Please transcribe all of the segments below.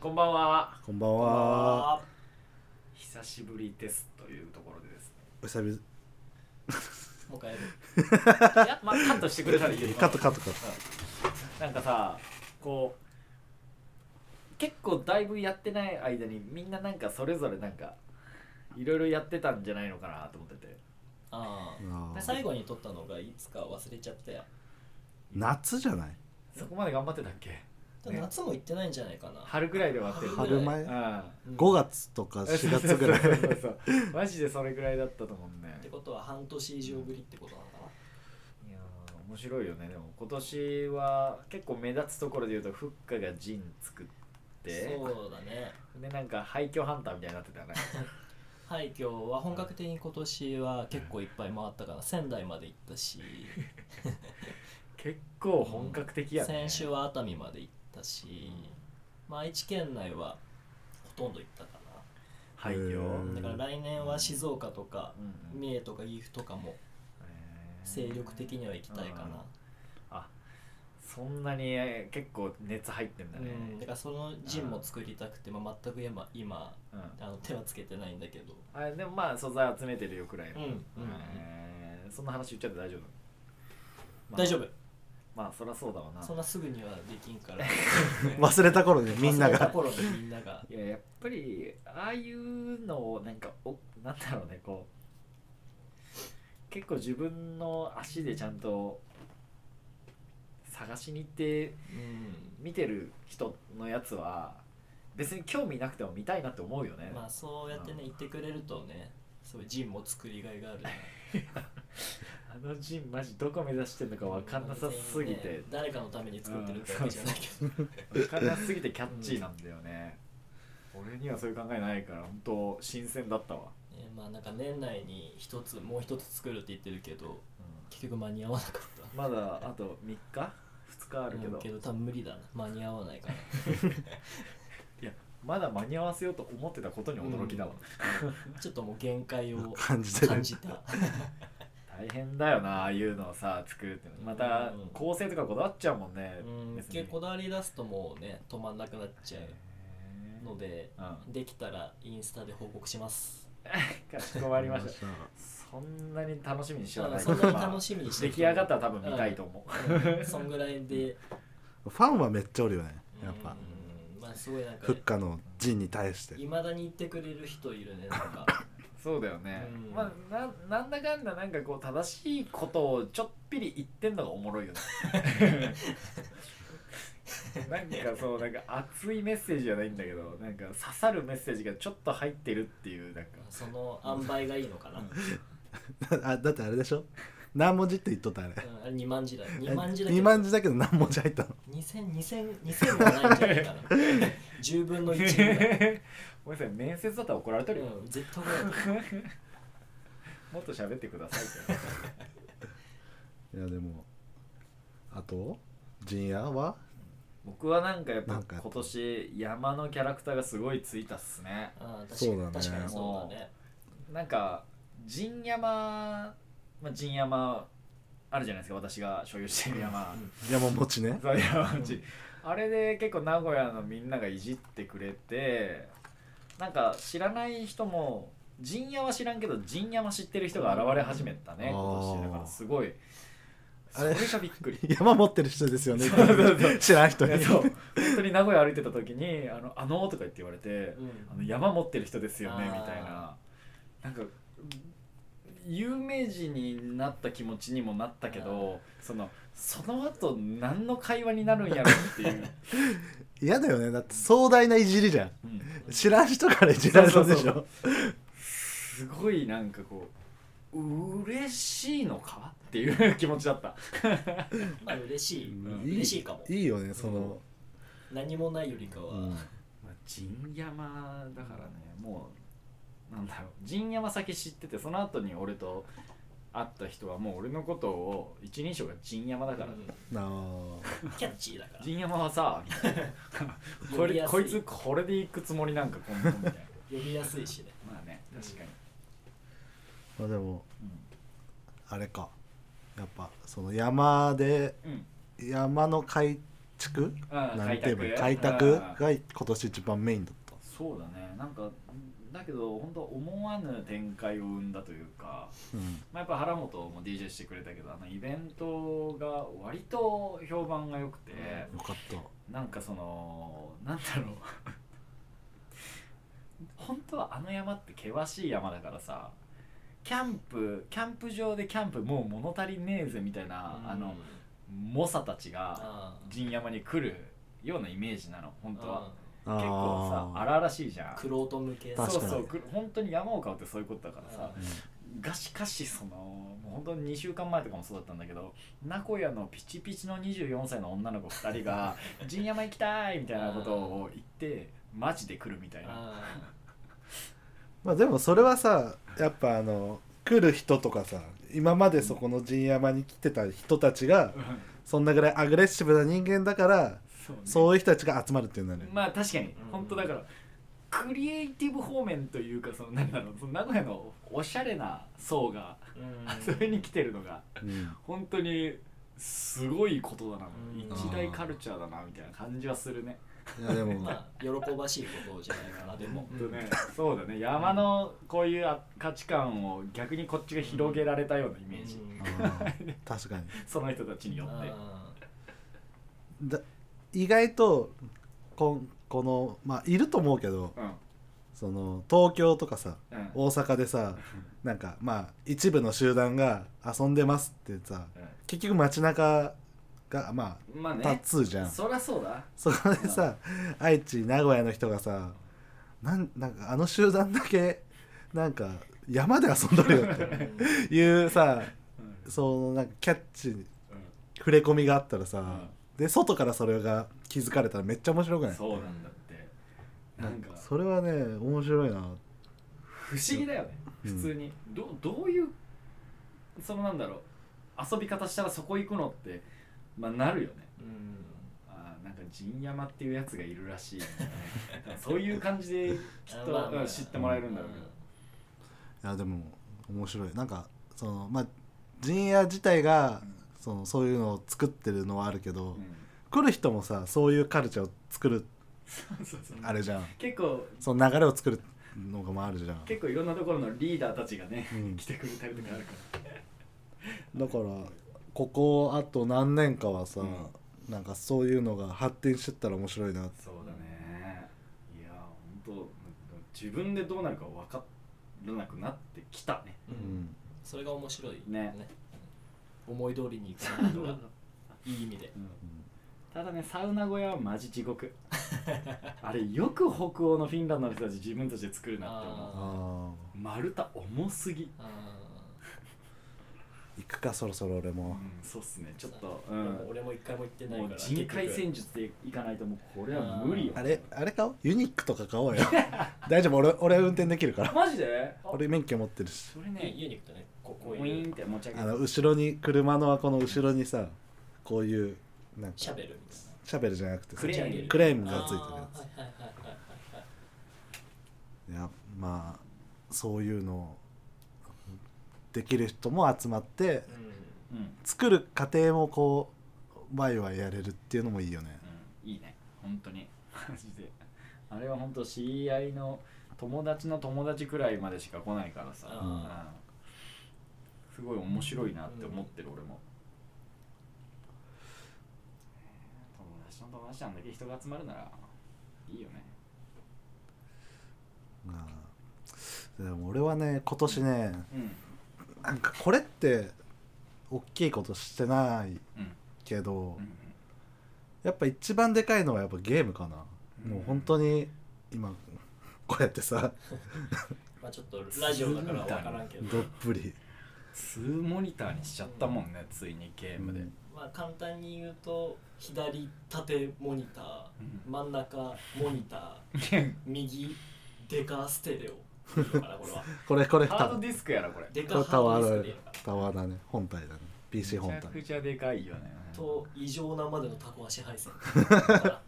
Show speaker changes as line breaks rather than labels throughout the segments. こんばんは。
こんばんは。
久しぶりですというところでですね。
お久々。
もう一回やる。いや、まあ、カットしてくれたらいいよ。
カットカットカット。
なんかさ、こう、結構だいぶやってない間にみんななんかそれぞれなんか、いろいろやってたんじゃないのかなと思ってて。
あ
あ
あ
ー
最後に撮ったのがいつか忘れちゃったよ
夏じゃない
そこまで頑張ってたっけ
でも夏も行ってないんじゃないかな
春ぐらいで終わってる。
春
春前
うん。
うん
?5 月とか4月ぐらい。
そうそうそうそうマジでそれぐらいだったと思うね
ってことは半年以上ぶりってことなのか
いやー面白いよねでも今年は結構目立つところで言うとフッカがジン作って
なそうだね
でなんか廃墟ハンターみたいになってたね
廃墟は本格的に今年は結構いっぱい回ったから仙台まで行ったし
結構本格的やね
先週は熱海まで行ったし、まあ、愛知県内はほとんど行ったか
廃
な
うん
墟
だから来年は静岡とか
うんうん
三重とか岐阜とかも
えー
精力的には行きたいかな
あそんなにえー結構熱入ってんだね
うん、だからその陣も作りたくて、まあ、全く今今
うん
あの手はつけてないんだけど
あでもまあ素材集めてるよくらいの、
うんうん
えーそんな話言っちゃって大丈夫、まあ
大丈夫
まあそりゃそうだわな
そんなすぐにはできんから
忘れた頃 ね、みんな
まあその
が。
頃でみんなが
いややっぱりああいうのをなんかおなんだろうねこう結構自分の足でちゃんと探しに行って
うん
見てる人のやつは別に興味なくても見たいなって思うよね、
まあそうやってね言ってくれるとねそういう陣も作りがいがあるな
あのジンマジどこ目指してんのか分かんなさすぎ
別に
て
ね誰かのために作ってるってわけじゃないけど
分かんなすぎてキャッチーなんだよね、俺にはそういう考えないから本当新鮮だったわ、
ねまあなんか年内に一つもう一つ作るって言ってるけど
う
結局間に合わなかっ
んまだあと3日2日
た
あるけ
う
ど
んけど多分無理だな間に合わないから
まだ間に合わせようと思ってたことに驚きだわ、
ちょっともう限界を
感じてる
感。じた
大変だよなああいうのをさ作るってのまた
うん
構成とかこだわっちゃうもんね、
うん
別に
結構こだわり出すともうね止まんなくなっちゃうので
うん
できたらインスタで報告します
かしこまりましたそんなに楽しみにしよう
あ
が
の
ない
そんなに楽しみに
まあ
して
出
る
来上がったら多分見たいと思う、
うんそんぐらいで
ファンはめっちゃおるよね。やっぱ。
うんまあすごいなん
フ
か
ッカの陣に対して。
いまだに言ってくれる人いるねなんか
そうだよね、
うん
まあななんだかんだなんかこう正しいことをちょっぴり言ってんのがおもろいよね なんかそうなんか熱いメッセージじゃないんだけどなんか刺さるメッセージがちょっと入ってるっていう なんか
その塩梅がいいのかな、
う
うん ん、
あだってあれでしょ何文字って言っとったあれ。
あれ二万字だ二万字だ
2万字だけど何文字入ったの
二千二千二千はないんじゃないかな十 分の一ぐらい、
ごめんなさい面接だったら怒られてるよ、
うん、絶対これだと思う
もっと喋ってくださいって
いやでも。あと陣屋は
僕はなんかやっ
な
ぱ
んか
今年山のキャラクターがすごいついたっすね
ああ
そうだね
確かにそうだね
なんか陣山まあ陣山あるじゃないですか私が所有してる山
うん
山持ちね。
そう山内あれで結構名古屋のみんながいじってくれてなんか知らない人も陣屋は知らんけど陣山知ってる人が現れ始めたね
あー
今年だからすごいそ
あれ
れがびっくり
山持ってる人ですよね
そうそうそう。
知らん人
い
に
や。そう本当に名古屋歩いてた時に「あの、あのー」とか言って言われて「
うん
あの山持ってる人ですよね」
あー
みたいななんか有名人になった気持ちにもなったけどそのその後何の会話になるんやろっていう、
嫌だよね。だって壮大ないじりじゃん。
うん
知らん人からいじられる
そ
で
う
し
そう
ょ。
すごいなんかこう嬉しいのかっていう 気持ちだった
まあ嬉しい、
うん
嬉しいかも
いいよね、その。
何もないよりかは、
うん
まあ、陣山だからねもうなんだろう陣山先知っててその後に俺と会った人はもう俺のことを一人称が陣山だから、
う
なあ
んキャッチーだから
陣山は さみたいなこ
呼び
れ
やす
こいつこれで行くつもりなんかこんなもんみたいな
呼びやすいしね
まあね確かに、
まあでも
う
あれかやっぱその山で
んうん
山の開築
あ
なんて言えばいい開
開拓
拓
うん
が今年一番メインだった
そうだねなんかだけど本当思わぬ展開を生んだというか、
うん
まあ、やっぱ原本も DJ してくれたけどあのイベントが割と評判が良くて、
よかった
なんかそのなんだろう本当はあの山って険しい山だからさキャンプキャンプ場でキャンプもう物足りねえぜみたいな、あの猛者たちが
あ
陣山に来るようなイメージなの本当は
あ
結構さ
ー
荒々しいじゃん
クロート向け
確か
そう
に
そうく本当に山を買うってそういうことだからさ
う
がしかしそのもう本当に2週間前とかもそうだったんだけど名古屋のピチピチの24歳の女の子2人 が「陣山行きたい!」みたいなことを言ってマジで来るみたいな
あ
まあでもそれはさやっぱあの来る人とかさ今までそこの陣山に来てた人たちが
うん
そんなぐらいアグレッシブな人間だから
そうね
そういう人たちが集まるっていうのはね、
まあ確かに
うん
本当だからクリエイティブ方面というかそのなんだろうその名古屋のおしゃれな層が
う ん
それに来てるのが
うん
本当にすごいことだな
うん
一大カルチャーだなみたいな感じはするね
いやでも、
まあ喜ばしいことじゃないかなでも
ほんとねそうだね山のこういうあ価値観を逆にこっちが広げられたようなイメージ、
うん
あー確かに
その人たちによって
あ
だ意外とこんこのまあいると思うけど
うん
その東京とかさ
うん
大阪でさなんかまあ一部の集団が遊んでますってさ結局街中がま
うんまあ
あ
ね
多数じゃん、
そりゃそうだ
そこでさ愛知名古屋の人がさなんなんかあの集団だけなんか山で遊んどるよ
ー
っ
うん
ていうさ
うん
そのなんかキャッチ触れ込みがあったらさ、で外からそれが気づかれたらめっちゃ面白
う
くなんい
そうなんだってなんか
それはね面白いな
不思議だよね
うん
普通にどどういうそのなんだろう遊び方したらそこ行くのってまあなるよね
うん
あーなんか陣山っていうやつがいるらしいみ たいなそういう感じできっと、
まあまあ
うん知ってもらえるんだろうけど、
いやでも面白いなんかそのまあ陣屋自体が、そのそういうのを作ってるのはあるけど、
う
来る人もさそういうカルチャーを作る
んそうそう
あれじゃん
結構
その流れを作るのがもあるじゃん
結構いろんなところのリーダーたちがね、
うん
来てくれたりとかあるから
だからここあと何年かはさ、
うん
なんかそういうのが発展してったら面白いな
そうだねいや本当自分でどうなるか分からなくなってきた ね
う
うんん
それが面白い
ね
思い通りにいくのがいい意味で
うんただねサウナ小屋はマジ地 獄あれよく北欧のフィンランドの人たち自分たちで作るなって思
あ
う
あ
丸太重すぎ、
あ
行くかそろそろ俺
うん
も、、
そうっすね
ー
ちょっと、う
で
ん、
も俺も一回も行ってない
も
か
う
ら
人海
結局
戦術でいかないともうこれは無理よ
あれあれ買おうユニックとか買 おうよ大丈夫俺俺運転できるから
マジであ
俺免許持ってるし
それね
ね家に行くとねここ
ウ
う
ィ
い
ーン
う
って持ち上げ
あ
て
の後ろに車のこの後ろにさこういうなんか
シャベルみたいな
シャベルじゃなくてさ
クレーン
クレーンがついてるや
あーはいはいは
つい
いはいはい
やまあそういうのをできる人も集まって
うん
うん、うん、
作る過程もこうワイワイやれるっていうのもいいよね
いいね本当にマジであれは本当知り合いの友達の友達くらいまでしか来ないからさ、
うん
うんすごい面白いなって思ってる、俺も友達の友達なんだけ人が集まるならいいよね
まあでも俺はね今年ね
うん
なんかこれって大きいことしてな
う
い
ん
けど
うん
やっぱ一番でかいのはやっぱゲームかな、
うん
もう本当に今 こうやってさ
まあちょっとラジオだからわからんけ
ど
ど
っぷり
2モニターにしちゃったもんね、ついにゲームで、
うん
まあ簡単に言うと左縦モニター
うん
真ん中モニター右デカステレオいいのかな これは
これこ れ
ハードディスクやろこれ
デ
これタ
カハ
ワ
ード
ー
デ
だ
ィス
ね
クで
タワーだね本体だね PC 本
めちゃく
体、
ちゃでかいよね
と異常なまでのタコ足配線あ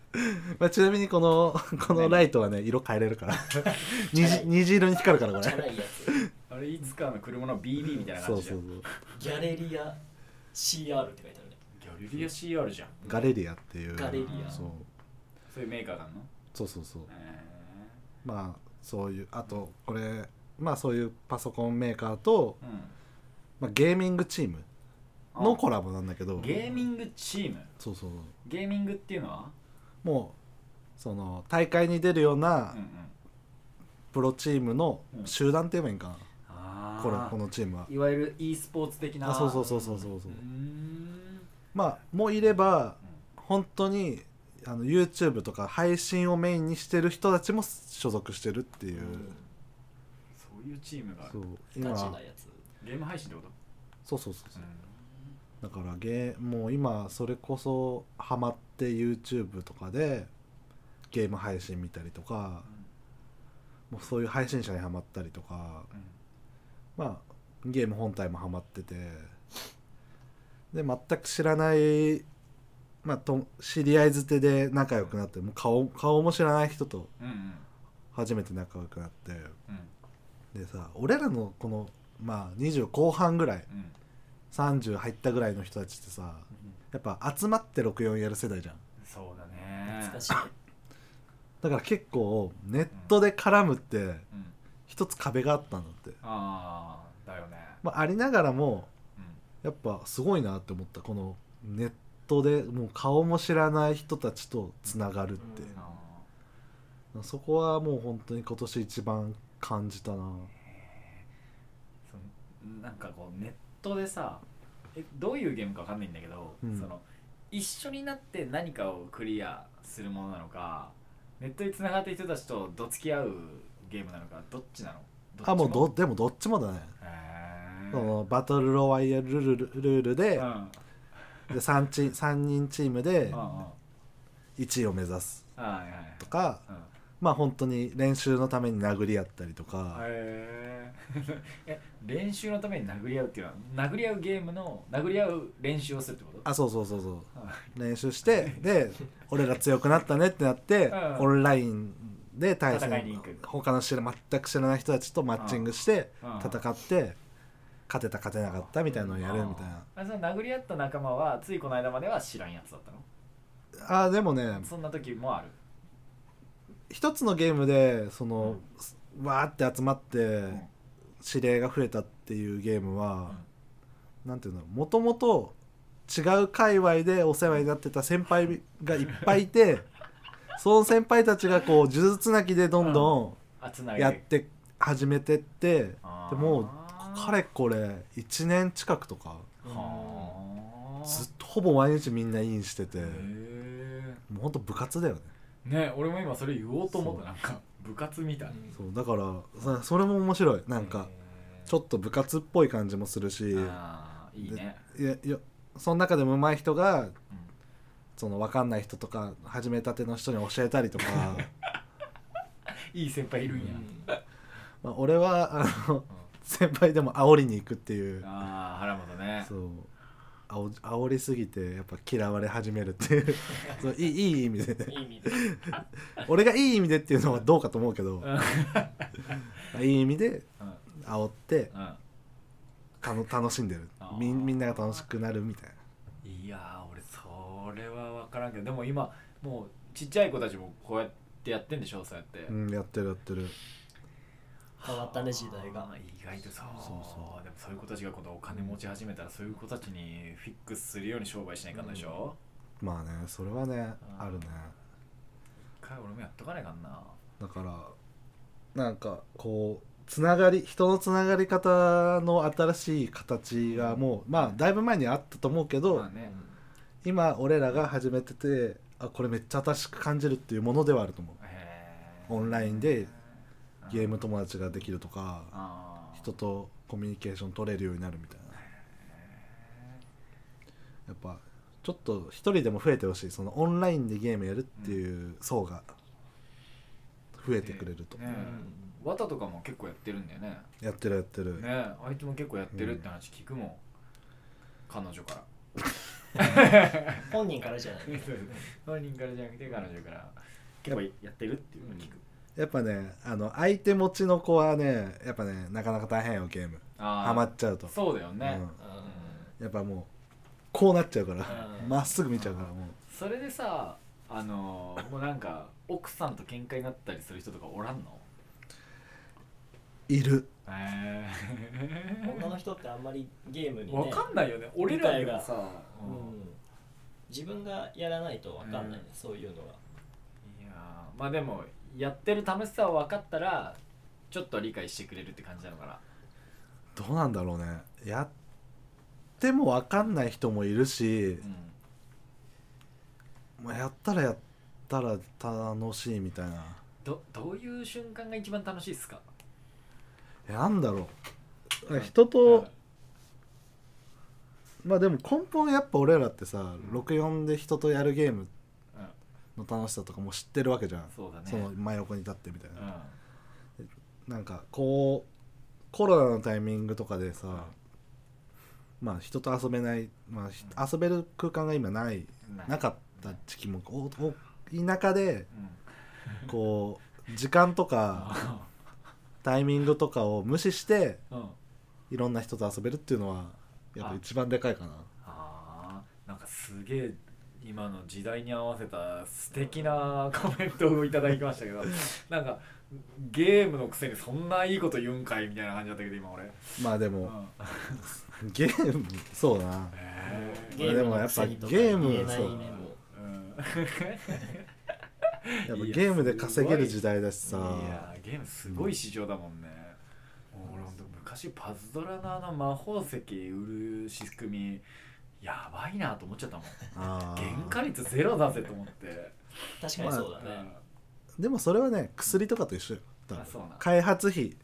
まあ、ちなみにこの このライトはね色変えれるから 虹虹色に光るから
じゃ
こ
な
れ
いやつ
あれいつかの車の BB みたいな
そ
感
う
じで
そうそう
ギャレリア CR って書いてあるね
ギャ
ユリア CR じゃん
ガレリアっていう
ガレリ
ア
そう
そういうメーカーがあるの
そうそうそう
え
まあそういうあとこれまあそういうパソコンメーカーと、
ーうん
まあ、ゲーミングチーム
あ
のコラボなんだけど
ゲーミングチーム
そうそう
ゲーミングっていうのは
もうその大会に出るような
うんうん
プロチームの集団って言えばいいんかな、
あ
これ
ー
このチームはい
わゆる e スポーツ的な
あそうそうそうそうそうそう
うーん
まあもういれば本当にあの YouTube とか配信をメインにしてる人たちも所属してるっていう、
そういうチームがある
そう今
ガチ
そう
なやつ
ゲーム配信ってこと
そうそうそうだからゲーもう今それこそハマって YouTube とかでゲーム配信見たりとかもうそういう配信者にハマったりとか
うん
まあゲーム本体もハマっててで全く知らない、まあ、と知り合いづてで仲良くなってもう顔顔も知らない人と
うんうん
初めて仲良くなって
うん
でさ俺らのこの、まあ、20後半ぐらい
うん
30入ったぐらいの人たちってさやっぱ集まって64やる世代じゃん
そうだね
懐かしい
だから結構ネットで絡むって
うん
一つ壁があったんだって、
ああだよね
まあ、ありながらも
うん
やっぱすごいなって思ったこのネットでもう顔も知らない人たちとつながるって、
うん
あ
そこはもう本当に今年一番感じたな
ーそのなんかこうネットでさえどういうゲームかわかんないんだけど、
うん
その一緒になって何かをクリアするものなのかネットでつながってる人たちとどつき合うゲームなのかどっちなのどっち
あもうどでもどっちもだね、
へー
そのバトルロワイヤルルルルールで,、
うん
で 3, チ3人チームで
うんうん
1位を目指す
はいはい
とか
うん
まあ本当に練習のために殴り合ったりとか、
へー え練習のために殴り合うっていうのは殴り合うゲームの殴り合う練習をするってこと
あそうそうそうそう
は
練 習してで俺ら強くなったねってなって、
うん
オンラインで対
戦いに行
戦
く
他の知ら全く知らない人たちとマッチングして
うん
戦って勝てた勝てなかったみたいなのをやるみたいな
あその殴り合った仲間はついこの間までは知らんやつだったの
あーでもね
そんな時もある
一つのゲームでその、わーって集まって
ん
指令が増えたっていうゲームは、なんていうのもともと違う界隈でお世話になってた先輩がいっぱいいてその先輩たちがこう呪術つなぎでどんどん、
あつな
やって始めてって
あー
でもうかれこれ1年近くとか
はあ
ずっとほぼ毎日みんなインしてて
へ
も
え
うほんと部活だよね
ね俺も今それ言おうと思っ
そう
たなんか部活みたい
そうだからさそれも面白いなんかちょ
っ
っと部活っぽい感じもするし
あーいいね
いやいやその中でも上手い人が
うん
その分かんない人とか始めたての人に教えたりとか
いい先輩いるんや
まあ俺はあの先輩でも煽りに行くっていう
ああ原本ね
そう煽煽りすぎてやっぱ嫌われ始めるっていう そういいいい意味でね
いい意味で
俺がいい意味でっていうのはどうかと思うけど、いい意味で
うんうん
煽って
うん
たの楽しんでる
あー
みんみんなが楽しくなるみたいない
やー俺それは分からんけどでも今もうちっちゃい子たちもこうやってやってんでしょそうやって、
うんやってるやってる
変わったね時代が
あー意外とそう
そうそう
でもそういう子たちが今度お金持ち始めたらそういう子たちにフィックスするように商売しないかんのでしょ、
まあねそれはね
あー
あるね
一回俺もやっとかないかんな
だからなんかこうつながり人のつながり方の新しい形がもうまあだいぶ前にあったと思うけど、
まあね
今俺らが始めててあこれめっちゃ新しく感じるっていうものではあると思う
へ
オンラインでゲーム
と
友達ができるとか
あー
人とコミュニケーション取れるようになるみたいなやっぱちょっと一人でも増えてほしいそのオンラインでゲームやるっていう層が増えてくれると、
ねわたとかも結構やってるんだよね
やってるやってる、
ねあいつも結構やってるって話聞くもん、彼女 から
本人からじゃない
本人からじゃなくて彼女から結構やってるっていうのを聞く、
やっぱねあの相手持ちの子はねやっぱねなかなか大変よゲーム
あー
ハマっちゃうと
そうだよね、
うんやっぱもうこうなっちゃうから
うん
まっすぐ見ちゃうからもう
それでさあのーもうなんか奥さんと喧嘩になったりする人とかおらんの
いる
え
女の人ってあんまりゲームに
わ
ね
かんないよね俺らでもさ、
う
うん
ん、自分がやらないとわかんないね、そういうのは、
いやーまあでもやってる楽しさを分かったらちょっと理解してくれるって感じなのかな
どうなんだろうねやっても分かんない人もいるし
うん、
まあやったらやったら楽しいみたいな
どどういう瞬間が一番楽しいっすか
えなんだろう人とまあでも根本やっぱ俺らってさ
うん
64で人とやるゲーム
うん
の楽しさとかも知ってるわけじゃん
そうだね
その真横に立ってみたいな、
う
なんかこうコロナのタイミングとかでさ、
ん
まあ人と遊べない、まあひ、遊べる空間が今ない
うんない
なかった時期もおお田舎で
うん
こう時間とか
あ
タイミングとかを無視して
ーうん
いろんな人と遊べるっていうのはやっぱ一番でかいかな
あーなんかすげえ今の時代に合わせた素敵なコメントをいただきましたけどなんかゲームのくせにそんないいこと言うんかいみたいな感じだったけど今俺、
まあで
う
も
ん、
ゲー ムそうだな
えー
ゲームのくせにとか
でもやっぱゲ
言えない
ーム
ねもう
うん
やっぱ
いや
ゲームで稼げる時代だしさ
いやーゲームすごい市場だもんね、もう俺ほんと昔パズドラのあの魔法石売る仕組みやばいなと思っちゃったもん
あー
原価率ゼロだぜと思って、
確かにそうだね、
でもそれはね薬とかと一緒よ多分
あそうなん
開発費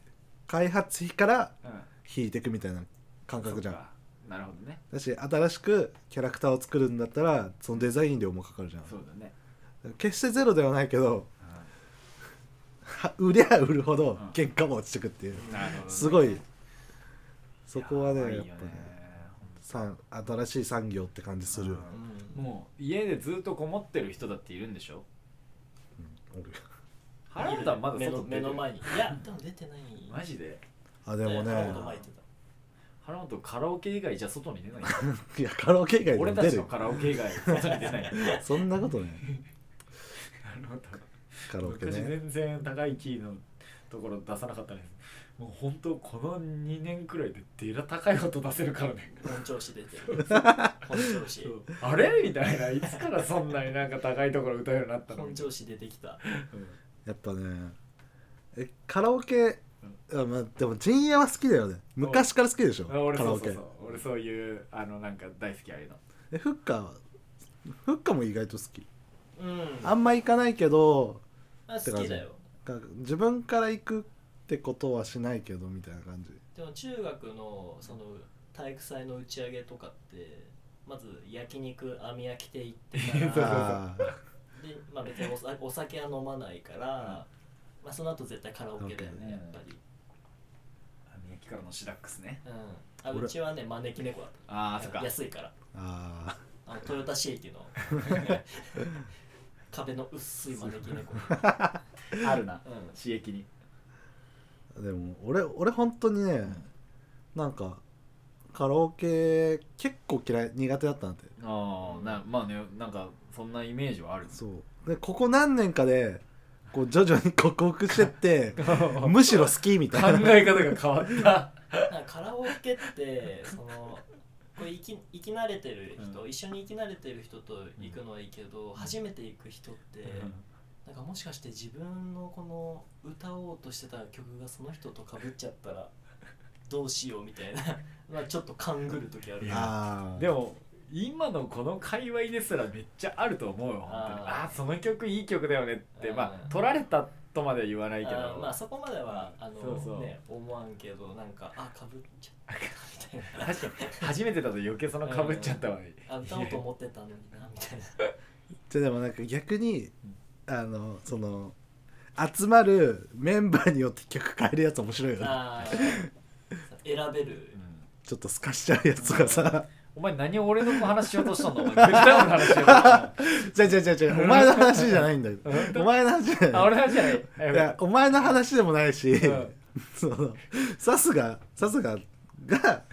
開発費から
うんうん
引いていくみたいな感覚じゃ
そっ
ん
かなるほどね
だし新しくキャラクターを作るんだったらそのデザイン料もかかるじゃん
そうだね、
決してゼロではないけど
うん
は売りゃ売るほど
ん
原価も落ちてくっていう、
なるほどね
すごいそこはね
や
や
ばい
っ
よ
ぱねさ新しい産業って感じするよね
う
うんん
もう家でずっとこもってる人だっているんでしょ
うんおるよ
原田はまだ
目の
外出て
目
る
の前にいやでも出てない
マジで
あでも
原
ね
本前行ってた
原本カラオケ以外じゃ外に出ない
いやカラオケ以外で
俺
も
た
出
ち
る
の
よ
カラオケ以外外に出 ないなる
そんなことね
ほど
カラオケ
昔
ね
全然高いキーのところ出さなかったですもう本当この2年くらいでデラ高い音出せるからね
本調子出てる本調子
あれみたいないつからそんなになんか高いところ歌うようになったの
本調子出てきた
やっぱねえカラオケあまあでも陣営は好きだよね昔から好きでしょ
あ俺
カラ
そ
オ
うそう
ケ
そう俺そういうあのなんか大好きああいうの
えフッカーはフッカーも意外と好き
うん
あんま行かないけど
あ好きだよ
か自分から行くってことはしないけどみたいな感じ
でも中学のその体育祭の打ち上げとかってまず焼肉網焼きて行ってか
そうそうそう
ら
あー
で、まあ、別にお酒 お酒は飲まないから、まあ、その後絶対カラオケだよねやっぱり、
宮城からのシダックスね
うん、あ
俺
うちはね招き猫だっ
ああそったか
安いから
あ
あのトヨタシーティの壁の薄い招き猫、
あるな
うん、
刺激に
ーでも俺俺本当にね、なんかカラオケ結構嫌い苦手だったんだって
ああなまあねなんかそんなイメージはある
そうでここ何年かでこう徐々に 克服してって むしろ好きみ
考
たいな
え方が変わった
なんかカラオケってそのこれ生き生き慣れてる人、
う
一緒に生き慣れてる人と行くのはいいけど、初めて行く人って、なんかもしかして自分のこの歌おうとしてた曲がその人と被っちゃったらどうしようみたいな まあちょっと勘ぐる時あるな
あー
でも今のこの界隈ですらめっちゃあると思うよ本当に
あー
ああーその曲いい曲だよねって
うん
まあ取られたとまでは言わないけど
あーまあそこまではあの
そうそう
ね思わんけどなんかあ被っちゃったみたいな
確かに初めてだと余計そのかぶっちゃったわ、
あ歌おうと思ってたのになみたいな
じゃあでもなんか逆にあのその集まるメンバーによって曲変えるやつ面白いよね
あー選べる
うん
ちょっと透かしちゃうやつとか さ
お前何を俺の話しようとしたんだお前 絶対俺の話し ようとした
じゃじゃじゃじゃお前の話じゃないんだよお前の話じゃ
あ
ない
俺の話じゃない
いやお前の話でもないし、
うん
そのサスがサスがが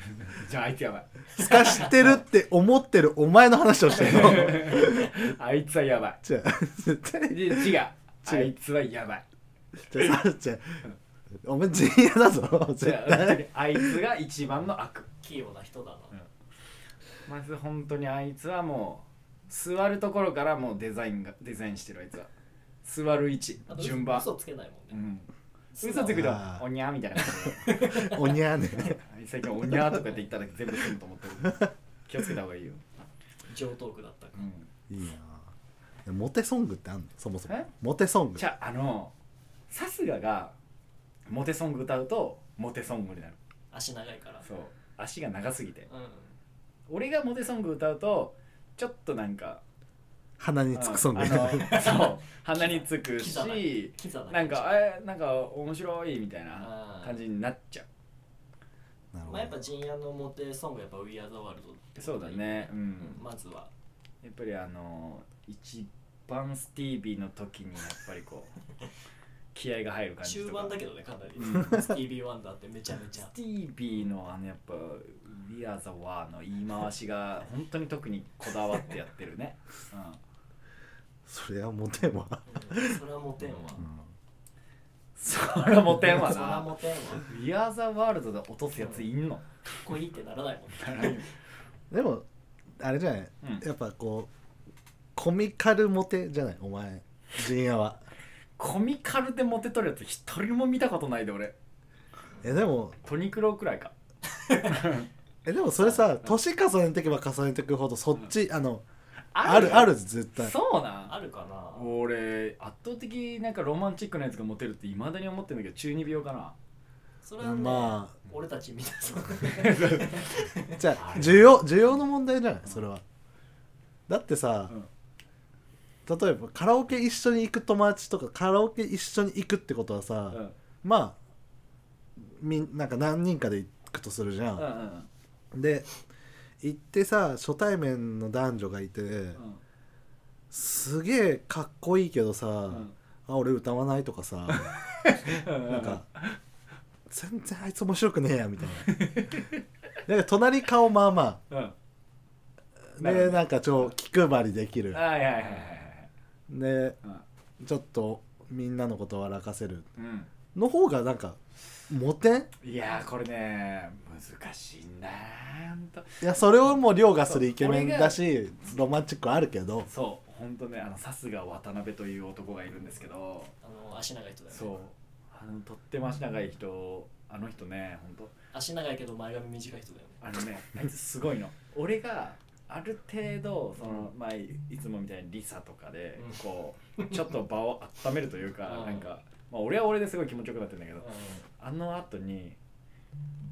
じゃああいつやばい
透かしてるって思ってるお前の話をしてる の
あいつはやばい
違う絶対
で違うあいつはやばい
違うさ違うお前陣屋だぞ絶対
あいつが一番の悪
器用な人だな、
まず本当にあいつはもう座るところからもうデザインがデザインしてるあいつは座る位置
あと
順番
嘘つけないもん
う
ね
ん嘘つくと
あー
おにゃーみたいな感じで
おにゃーね
最近おにゃーとか言って言っただけ全部済むと思って る気をつけた方がいいよ、
上トークだったか
う
ら、
ん、
いいなモテソングってあんのそもそも
え
モテソング
じゃああのさすががモテソング歌うとモテソングになる
足長いから
そう足が長すぎて
うんうん
俺がモテソング歌うとちょっとなんか
鼻につくソング
あの そう鼻につく
キザ
し
キザな
なんかえなんか面白いみたいな
あー
感じになっちゃう
なるほ
まあやっぱ
ど
陣屋のモテソングやっぱ We Are the World って
そうだねうん、
うんまずは
やっぱりあの一番スティービーの時にやっぱりこう気合が入る感じ
中
とか
盤だけどねかなり
うん
スティービー・ワンダーってめちゃめちゃ
スティービーのあのやっぱ「We Are the War」の言い回しが本当に特にこだわってやってる ね、うん、
それはモテんわ
うんそれはモテんわ
うん
そらモテんわ
それは
な
モテんわ
「We Are the World」で落とすやついんの
かっこいいってならないもんね
でもあれじゃない、
うん
やっぱこうコミカルモテじゃないお前陣屋は
コミカルでモテとるやつ一人も見たことないで俺
えでも
トニクロくらいか
えでもそれさ年重ねていけば重ねていくほどそっち、あのあるある絶対
そうなん
あるかな
俺圧倒的なんかロマンチックなやつがモテるっていまだに思ってるんだけど中二病かな
それはね、
ま
俺たちみんなそう
じゃあ需要需要の問題じゃないそれはだってさ、例えばカラオケ一緒に行く友達とかカラオケ一緒に行くってことはさ、
うん
まあみんなんか何人かで行くとするじゃ
うんうんうん
で行ってさ初対面の男女がいて、
うん
すげえかっこいいけどさ、
ん
あ俺歌わないとかさなんか全然あいつ面白くねえやみたいな なんか隣顔まあま
うん
あ
なるほ
で
ど
なんかちょ気配りできる
はいはいはいはいはい
で
うん
ちょっとみんなのことを笑かせる
うん
の方がなんかモテん
いやーこれね難しいなーほんと
いやそれをもう凌駕するイケ
そ
メン
う俺が
だしロマンチックはあるけど
そう本当ねあのさすが渡辺という男がいるんですけど
あの足長い人だよね
そうあのとっても足長い人あの人ね本
足長いけど前髪短い人だよね
当あのねあいつすごいの俺がある程度その、まあ、いいつもみたいにリサとかで
うん
こうちょっと場を温めるというか
うん
なんか、まあ、俺は俺ですごい気持ちよくなってるんだけ
う
ど
ん
あの後に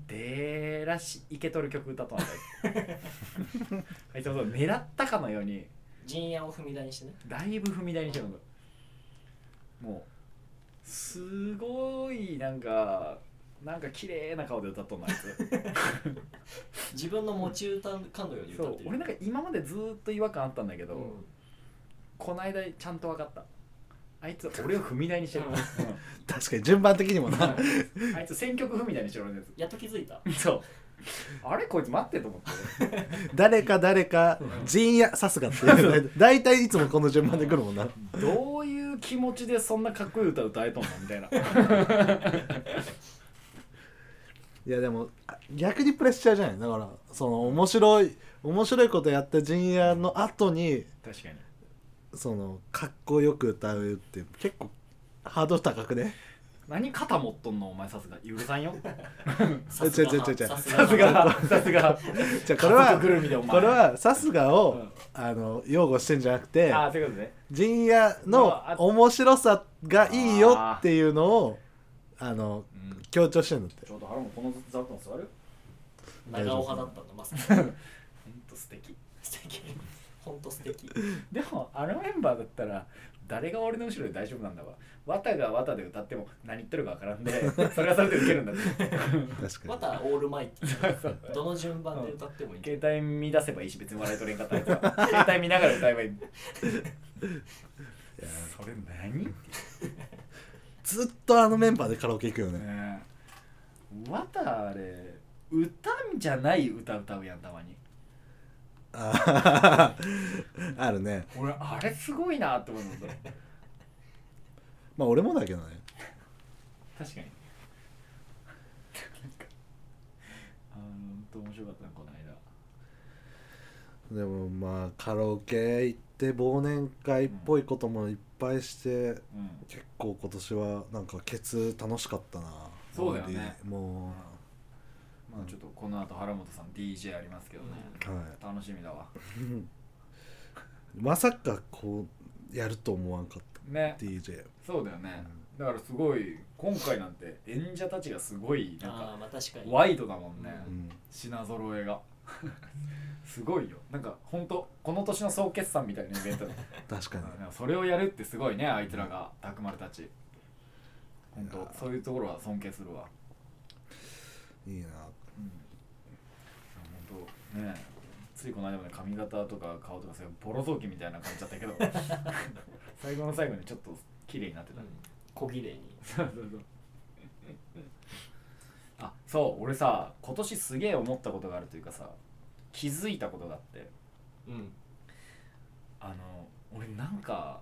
でらしいけとる曲歌となんだ あいつはそう狙ったかのように
陣屋を踏み台にしてね
だいぶ踏み台にしてるのもうすごいなんかなんか綺麗な顔で歌っとんのあいつ
自分の持ち歌感のように
そ
歌っ
う
てる
俺なんか今までずーっと違和感あったんだけど、
うん
こないだちゃんと分かったあいつ 俺を踏み台にしてる、
確かに順番的にもな
うんあいつ選曲踏み台にしてる俺のや
やっと気づ いた
つそうあれこいつ待ってと思って
誰か誰か陣屋さすがっていう大体いつもこの順番で来るもんな
どういう気持ちでそんなかっこいい歌歌えとんのみたいな
いやでもあ逆にプレッシャーじゃないだからその面白い面白いことやった陣屋の後に
確かに
そのかっこよく歌うって結構ハードル高くね
何肩持っとんのお前さすが許さんよ
さすが
違う違う違う違う
さ
さすがさすが
じゃあこれは
家族ぐるみでお前
これはさすがを、
うん
あの擁護してんじゃなくて
ああそういうことね
陣屋の面白さがいいよっていうのをあの
うん
強調してんだって
ちょうど腹もこの座布団座る
長尾派だったんだまさに
ほんと素敵
素敵本当素敵
でもあのメンバーだったら誰が俺の後ろで大丈夫なんだわ綿が綿で歌っても何言ってるかわからんでそれはそれでウケるんだって
確か
ま
に
たオールマイティどの順番で歌ってもいい
携帯見出せばいいし別に笑い取れんかったやつは携帯見ながら歌えばいい
いや
それ何
ずっとあのメンバーでカラオケ行くよね
ねえ綿あれ歌じゃない歌歌うやんたまに
あーあるね
俺あれすごいなって思うんだよ
まあ俺もだけどね
確かになんかあーほんと面白かったなこの間
でもまあカラオケ行って忘年会っぽいこともいっぱいして、
うん
結構今年はなんかケツ楽しかったな
そうだよね
も
まあちょっとこの後原本さん DJ ありますけどね、
う、は
楽しみだわ
い、まさかこうやると思わんかっ
ね
た DJ
そうだよね、だからすごい今回なんて演者たちがすごいなん
あ
か
あまあ確かに
ワイドだもんね、
うん
品揃えが すごいよなんかほんとこの年の総決算みたいなイベン トだ
確かに
なんかそれをやるってすごいねあいつらがたくまるたちほん
い
と
やー
そういうところは尊敬するわ
いいな
うん本当ねついこの間まで髪型とか顔とかそういうボロ雑巾みたいな感じだったけ ど最後の最後にちょっと綺麗になって
う
た、
ん小綺麗に
そうそうそう あそう俺さ今年すげえ思ったことがあるというかさ気づいたことがあって
うん
あの俺なんか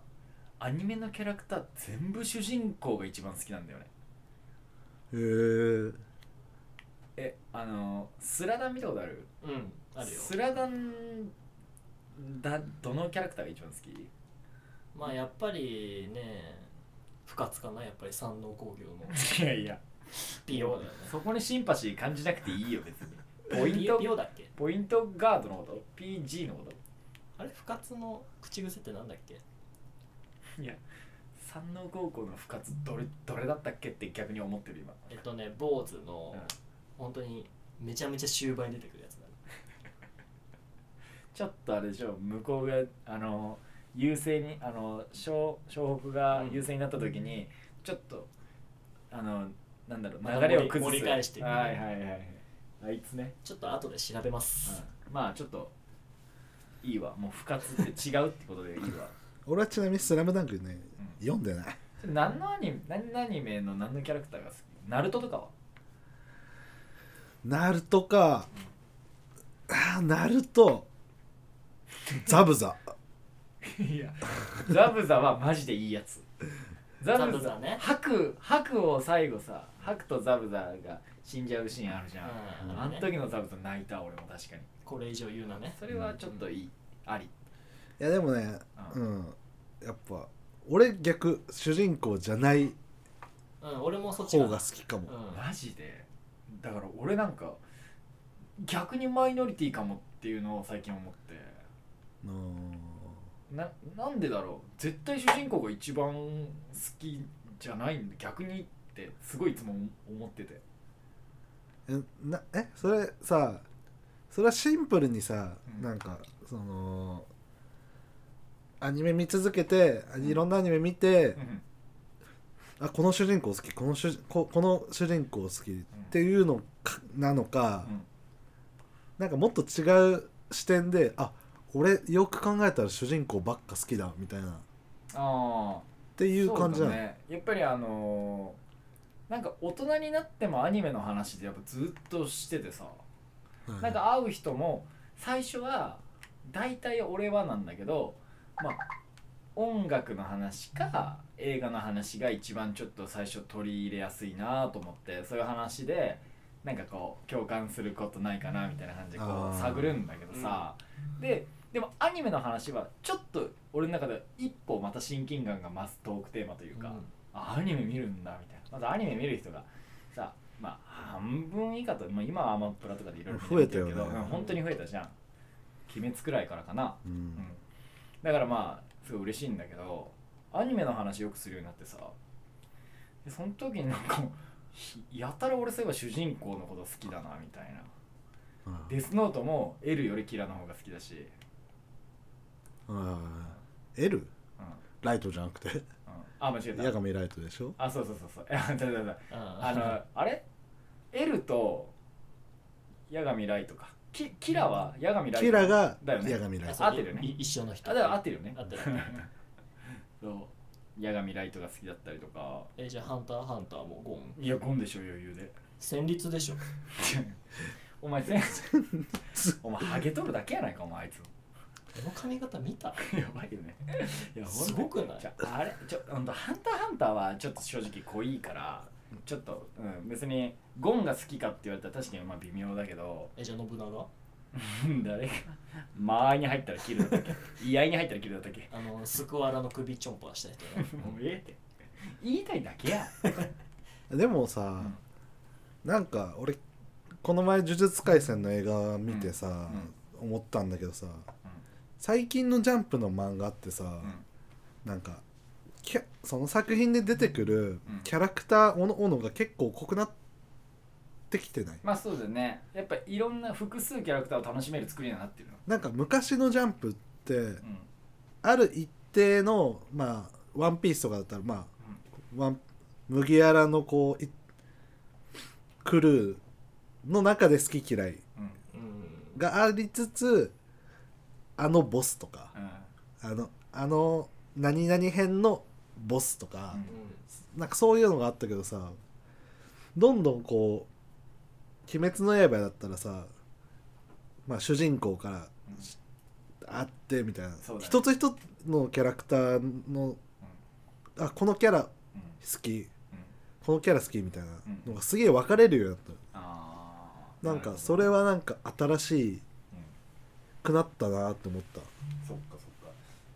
アニメのキャラクター全部主人公が一番好きなんだよね
へえ
えあのスラダン見たことある
うんあるよ
スラダンだどのキャラクターが一番好き
まあやっぱりね深津かなやっぱり山王工業の
いやいや
ピヨだよね
そこにシンパシー感じなくていいよ別にポイン
ピヨ
ト
ピヨだっけ
ポイントガードのこと PG のこと
あれ深津の口癖ってなんだっけ
いや山王高校の復活どれどれだったっけって逆に思ってる今
えっとね坊主の
うん
本当にめちゃめちゃ終盤に出てくるやつだね
ちょっとあれでしょ向こうがあの優勢にあの湘湘北が優勢になった時に、ちょっとあのなんだろ
また
う流れを崩す
盛り返していく
はいはいはいはいあいつね、
ちょっと後で調べます
うん、まあちょっといいわもう不活って違うってことでいいわ
俺はちなみに「スラムダンクね、
うん
読んでない
何のアニメ何のアニメの何のキャラクターが好きナルトとかは
ナルトか、あーナルトザブザ
いや、ザブザはマジでいいやつ。ザブザ
ザブザね
ハク、ハクを最後さ、ハクとザブザが死んじゃうシーンあるじゃん。
うん
あの時のザブザ泣いた俺も確かに。
これ以上言うなね
それはちょっといい。あり。
いやでもね
う
うんんやっぱ俺逆主人公じゃない
うん俺もそっち
方が
だ
好きかも
う
マジで。だから俺なんか、逆にマイノリティかもっていうのを最近思って。
うん
ななんでだろう絶対主人公が一番好きじゃないんで逆にってすごいいつも思ってて
えなえそれさそれはシンプルにさ、
うん
なんかそのアニメ見続けてあいろんなアニメ見て、あこの主人公好きこの主人ここの主人公好きっていうのかなのか、
うん
なんかもっと違う視点であ俺よく考えたら主人公ばっか好きだみたいなっ
ああ
ていう感じ
そ
な
う
の
だね、やっぱりあのーなんか大人になってもアニメの話でやっぱずっとしててさ、
はい
なんか会う人も最初は大体俺はなんだけどまあ音楽の話か映画の話が一番ちょっと最初取り入れやすいなと思ってそういう話でなんかこう共感することないかなみたいな感じでこ
あ
う
ー
探るんだけどさ、ででもアニメの話はちょっと俺の中では一歩また親近感が増すトークテーマというか、
ん
あアニメ見るんだみたいなまずアニメ見る人がさまあ半分以下と、まあ、今はアマプラとかでいろいろ
増えたよね
見てるけどうん本当に増えたじゃん鬼滅くらいからかな、
う
うん
ん、
だからまあすごい嬉しいんだけどアニメの話よくするようになってさでその時になんかひやたら俺そういえば主人公のこと好きだなみたいな
はい
デスノートもエルよりキラの方が好きだし、
はい L?
うんうん、
ライトじゃなくて
あ間違えた
八神ライトでしょ
あそうそうそう そうあだだだあ
あ
の、あれ ?L と八神ライトか。キキラは八神ライト。
キラが
だよ
八
ね。
神ライ
あ
ト
そう
合ってるよね
い一緒の人
あ、だから合ってるよね
合。ってる
そう。八神ライトが好きだったりとか。
えじゃあハンターハンターもゴ ン
いや、ゴンでしょ、余裕で。
戦慄でしょ
お前全然お前ハゲとるだけやないかお前あいつ
この髪型見た
やばいよねいや
すごくない
じゃああれちょほんと「ハンターハンター」はちょっと正直濃いからちょっと、うん、別にゴンが好きかって言われたら確かにまあ微妙だけど
えじゃあ信長
うん誰が間合いに入ったら切るだけ居合に入ったら切るだけ
あのスクワラの首ちょんぱした人ね
もうええって言いたいだけや
でもさ、なんか俺この前「呪術廻戦」の映画見てさ、思ったんだけどさ、最近の「ジャンプ」の漫画ってさ、なんかキャその作品で出てくる
うん
キャラクターおのおのが結構濃くなってきてない
まあそうだよねやっぱいろんな複数キャラクターを楽しめる作りにはなってるの
なんか昔の「ジャンプ」って、
うん
ある一定のまあ「ワンピースとかだったらまあ
うん
ワン麦わらのこういクルーの中で好き嫌い
うん
うん
がありつつあのボスとか
うん
あのあの何々編のボスとか、
うん
なんかそういうのがあったけどさどんどんこう「鬼滅の刃」だったらさまあ主人公からあってみたいな、
そうだね
一つ一つのキャラクターの、あこのキャラ好
うん
き
うん
このキャラ好きみたいな
うん
のがすげえ分かれるようになった、
あー
なん
るほ
か
ど
それはなんか新し
うん
くなったなって思った
そっかそっか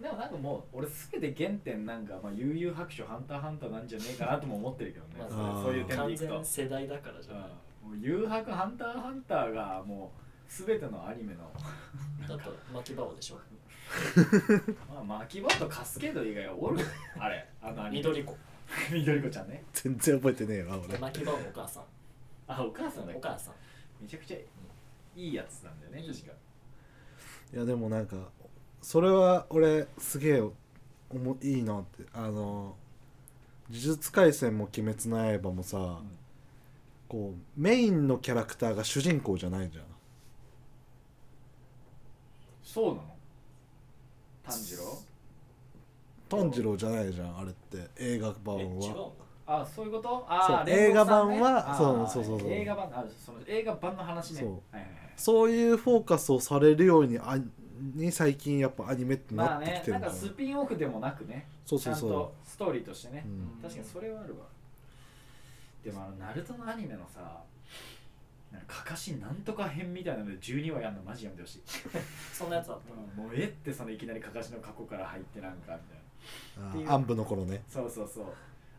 でもなんかもう俺全て原点なんか、まあ、悠々白書ハンターハンターなんじゃねえかなとも思ってるけどね
まあ
そうそういう点で
完
いくと
全世代だからじゃない
うんもう誘白ハンターハンターがもう全てのアニメの
だと巻き場をでしょ
まあ巻き場とカスケード以外はおる あれあのアニメ
緑子
緑子ちゃんね
全然覚えてねえよな俺
巻き場のお母さん
あお母さんだっ
お
け
母さん
めちゃくちゃいいやつなんだよね
いい
確か
いやでもなんかそれは俺すげえおもいいなってあの「呪術廻戦」も「鬼滅の刃」もさ、
ん
こうメインのキャラクターが主人公じゃないじゃん
そうなの炭治郎
炭治郎じゃないじゃんあれって映画
え違
版
う
は
の
あそういうこと
そう
あー
映画版は
煉獄さんね
そう
あー
そうそうそう
映画版あその映画版の話ね
そう
はいはいはい
そういうフォーカスをされるようにあに最近やっぱアニメって
ま
な
あ
ってき
ね
て
な
る
ん
ん
か
だ
スピンオフでもなくね
そうそうそう
ちゃんとストーリーとしてね、
うん
確かにそれはあるわでもあのナルトのアニメのさなんかかかしなんとか編みたいなので12話やんのマジやめてほしい、
そんなやつだった
もうえってそのいきなりかかしの過去から入ってなんかみたいな
あ
っていう
ー暗部の頃ね
そうそうそう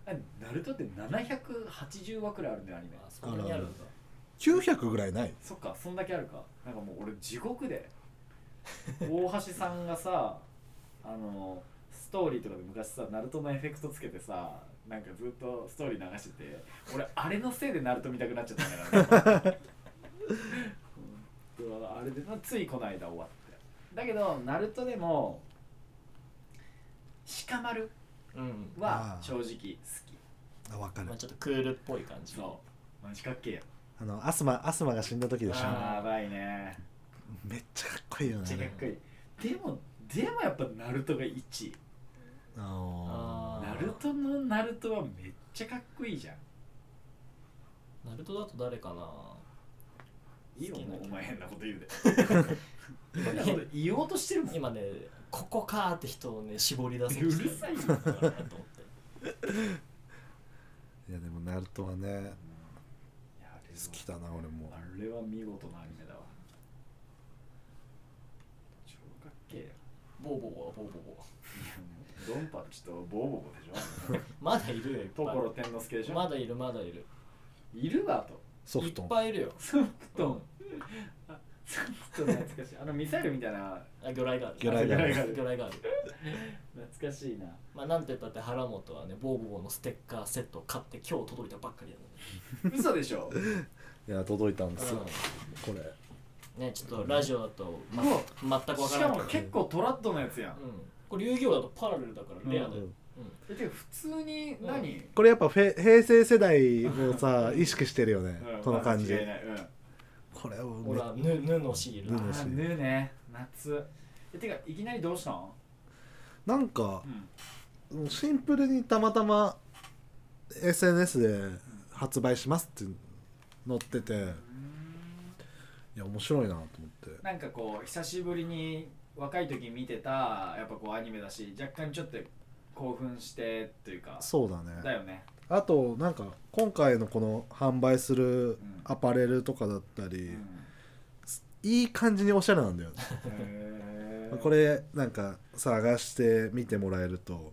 あナルトって780話くらいあるんだよアニメ
あそんなにあるんだ
900ぐらいない
そっかそんだけあるかなんかもう俺地獄で大橋さんがさ あのストーリーとかで昔さナルトのエフェクトつけてさなんかずっとストーリー流してて俺あれのせいでナルト見たくなっちゃったんだからうんうわあれでなついこの間終わってだけどナルトでも鹿丸
うん
は
あー
正直好き
あ分かる
まあちょっとクールっぽい感じ
そうまあ四角形や
あのアスマアスマが死んだ時でしょ
あー
やばいね
めっちゃかっこいいよ
めっ
ね
ちゃ
あ
かっ
れ
こいいでもでもやっぱナルトが1位
あ
ナルトのナルトはめっちゃかっこいいじゃん。
ナルトだと誰かない
いよ
好きな、
お前変なこと言うで。
今
変なこと
ね
言おうとしてるもん。
今ねここかーって人をね絞り出そう
う
として
るさいよ。
だからなと思って
ーいやでもナルトはね
いやあれは
好きだな俺も
あれは見事なアニメだわ。超かっけえよ
ボーボーはボーボーボ
いや。ドンパチとボーボコでしょ。
ーまだいるよいっ
所
ぱ
天之助でし
い
ょ。
まだいるまだいる
いるわと。
ソ
い
フ
っ
トン
ぱいいるよ
ソフトン。あソフトン懐かしい。あのミサイルみたいな
あ魚雷がある
魚雷がある
魚雷がある
懐かしいな。
まあなんて言ったって原本はねボーボーのステッカーセットを買って今日届いたばっかりだね
嘘でしょ。
いや届いたんですよ
う
これ
んねちょっとラジオだと、ま、
う
全
わ
く分からない
しかも結構トラッドのやつやん
う。ん、これ遊戯王だとパラレルだからレアだよ、
うん
えてか普通に何、
これやっぱフェ平成世代をさ意識してるよね
うん
この感じ
間違いないうん
これを
ほ
め
らぬぬのシール
ぬの
あーぬね夏えてかいきなりどうしたん、
なんか
うん、
シンプルにたまたま SNS で発売しますって載ってていや面白いなと思って
なんかこう久しぶりに若い時見てたやっぱこうアニメだし若干ちょっと興奮してというか
そうだ
だ
ね
よね
あとなんか今回のこの販売する
ん
アパレルとかだったり、
うんへ
いい感じにおしゃれなんだよね
ー
これなんか探して見てもらえると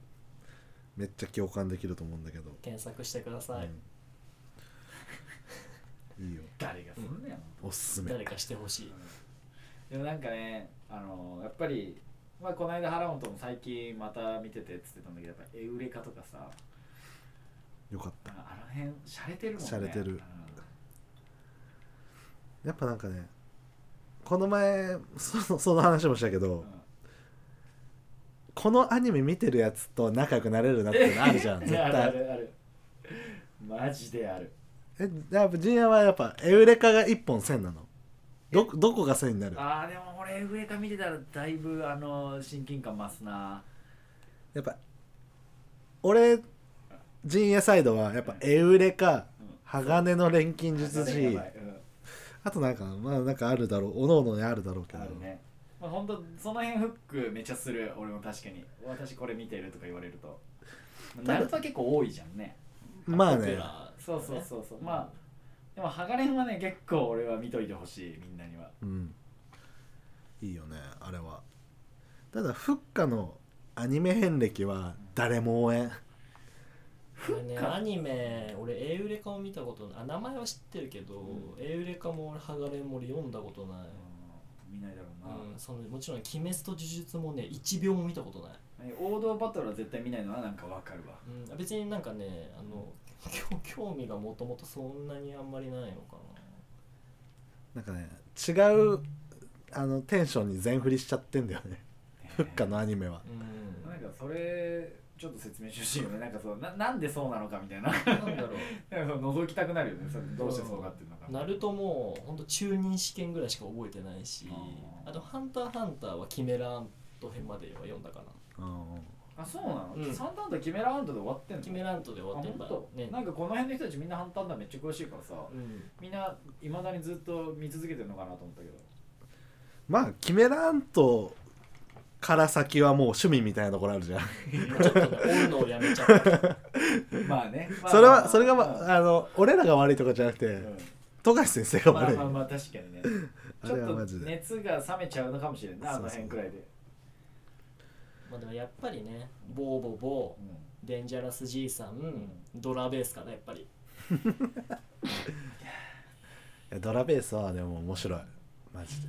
めっちゃ共感できると思うんだけど、
検索してください、
うん、いいよ
誰がすんねやん
おすすめ
誰かしてほしい
でもなんかねあのやっぱりまあこの間原本も最近また見ててっつってたんだけどやっぱエウレカとかさ
よかっ
あの辺洒落てるもんね
洒落てる
うん
たやっぱなんかねこの前そその話もしたけど、
うん
このアニメ見てるやつと仲良くなれるなっていうのあるじゃん 絶
あるあ
対
るあるマジである
えやっぱジュニアはやっぱエウレカが一本線なのどどこが線になる
あーでも俺上から見てたらだいぶあの親近感増すな
やっぱ俺ジンエサイドはやっぱエウレカ
うん
鋼の錬金術
や
師
ばいうん
あとなんかまあなんかあるだろうおのおのにあるだろうけど
あるねまあ本当その辺フックめちゃする俺も確かに私これ見てるとか言われるとナルトは結構多いじゃんね
まあ
ポピ
ね
ュラー
そうそうそうそうまあでもハガレンはね結構俺は見といてほしいみんなには
うんいいよねあれはただフッカのアニメ遍歴は誰も応援
これねアニメ俺エウレカも見たことないあ名前は知ってるけど、
う
エウレカも俺ハガレンも俺読んだことない、
見ないだろうな、
うん、そのもちろん「鬼滅と呪術」もね1秒も見たことない、
王道バトルは絶対見ないのはなんかわかるわ
うん、別になんかねあの興興味がもともとそんなにあんまりないのか
なんかね違うあのテンションに全振りしちゃってんだよ ねフッカのアニメは
なうん
なんかそれちょっと説明してほしいよねなんかそうななんでそうなのかみたいな
なんだ ろ
なんかそう覗きたくなるよねそれどうしてそうなってるのか
うナルトもほんと中任試験ぐらいしか覚えてないし
あー
あと「ハンターハンター」はキメラアント編までは読んだかな
うん
あそうなの、
うん
三段とキメラアントで終わってんの
キメラアントで
あ
終わってんだ
本当、
ね
なんかこの辺の人たちみんなハンターンダーめっちゃ詳しいからさ
うん、
みんないまだにずっと見続けてるのかなと思ったけど
まあキメラントから先はもう趣味みたいなところあるじゃん
ちょっとね追うのをやめちゃった
まあね、まあ
それはそれが、ま
まあ
あ、あの俺らが悪いとかじゃなくて、
うん
富樫先生が
まあ
悪い、
まあまあ確かにね
あ
ちょ
れは
っ
マ
と
ジで
熱が冷めちゃうのかもしれんなあの
そうそ
辺
う
くらいで
まあでもやっぱりねボーボボ
うん
ーデンジャラス爺さんドラベースかなやっぱり
いやドラベースはでも面白いマジで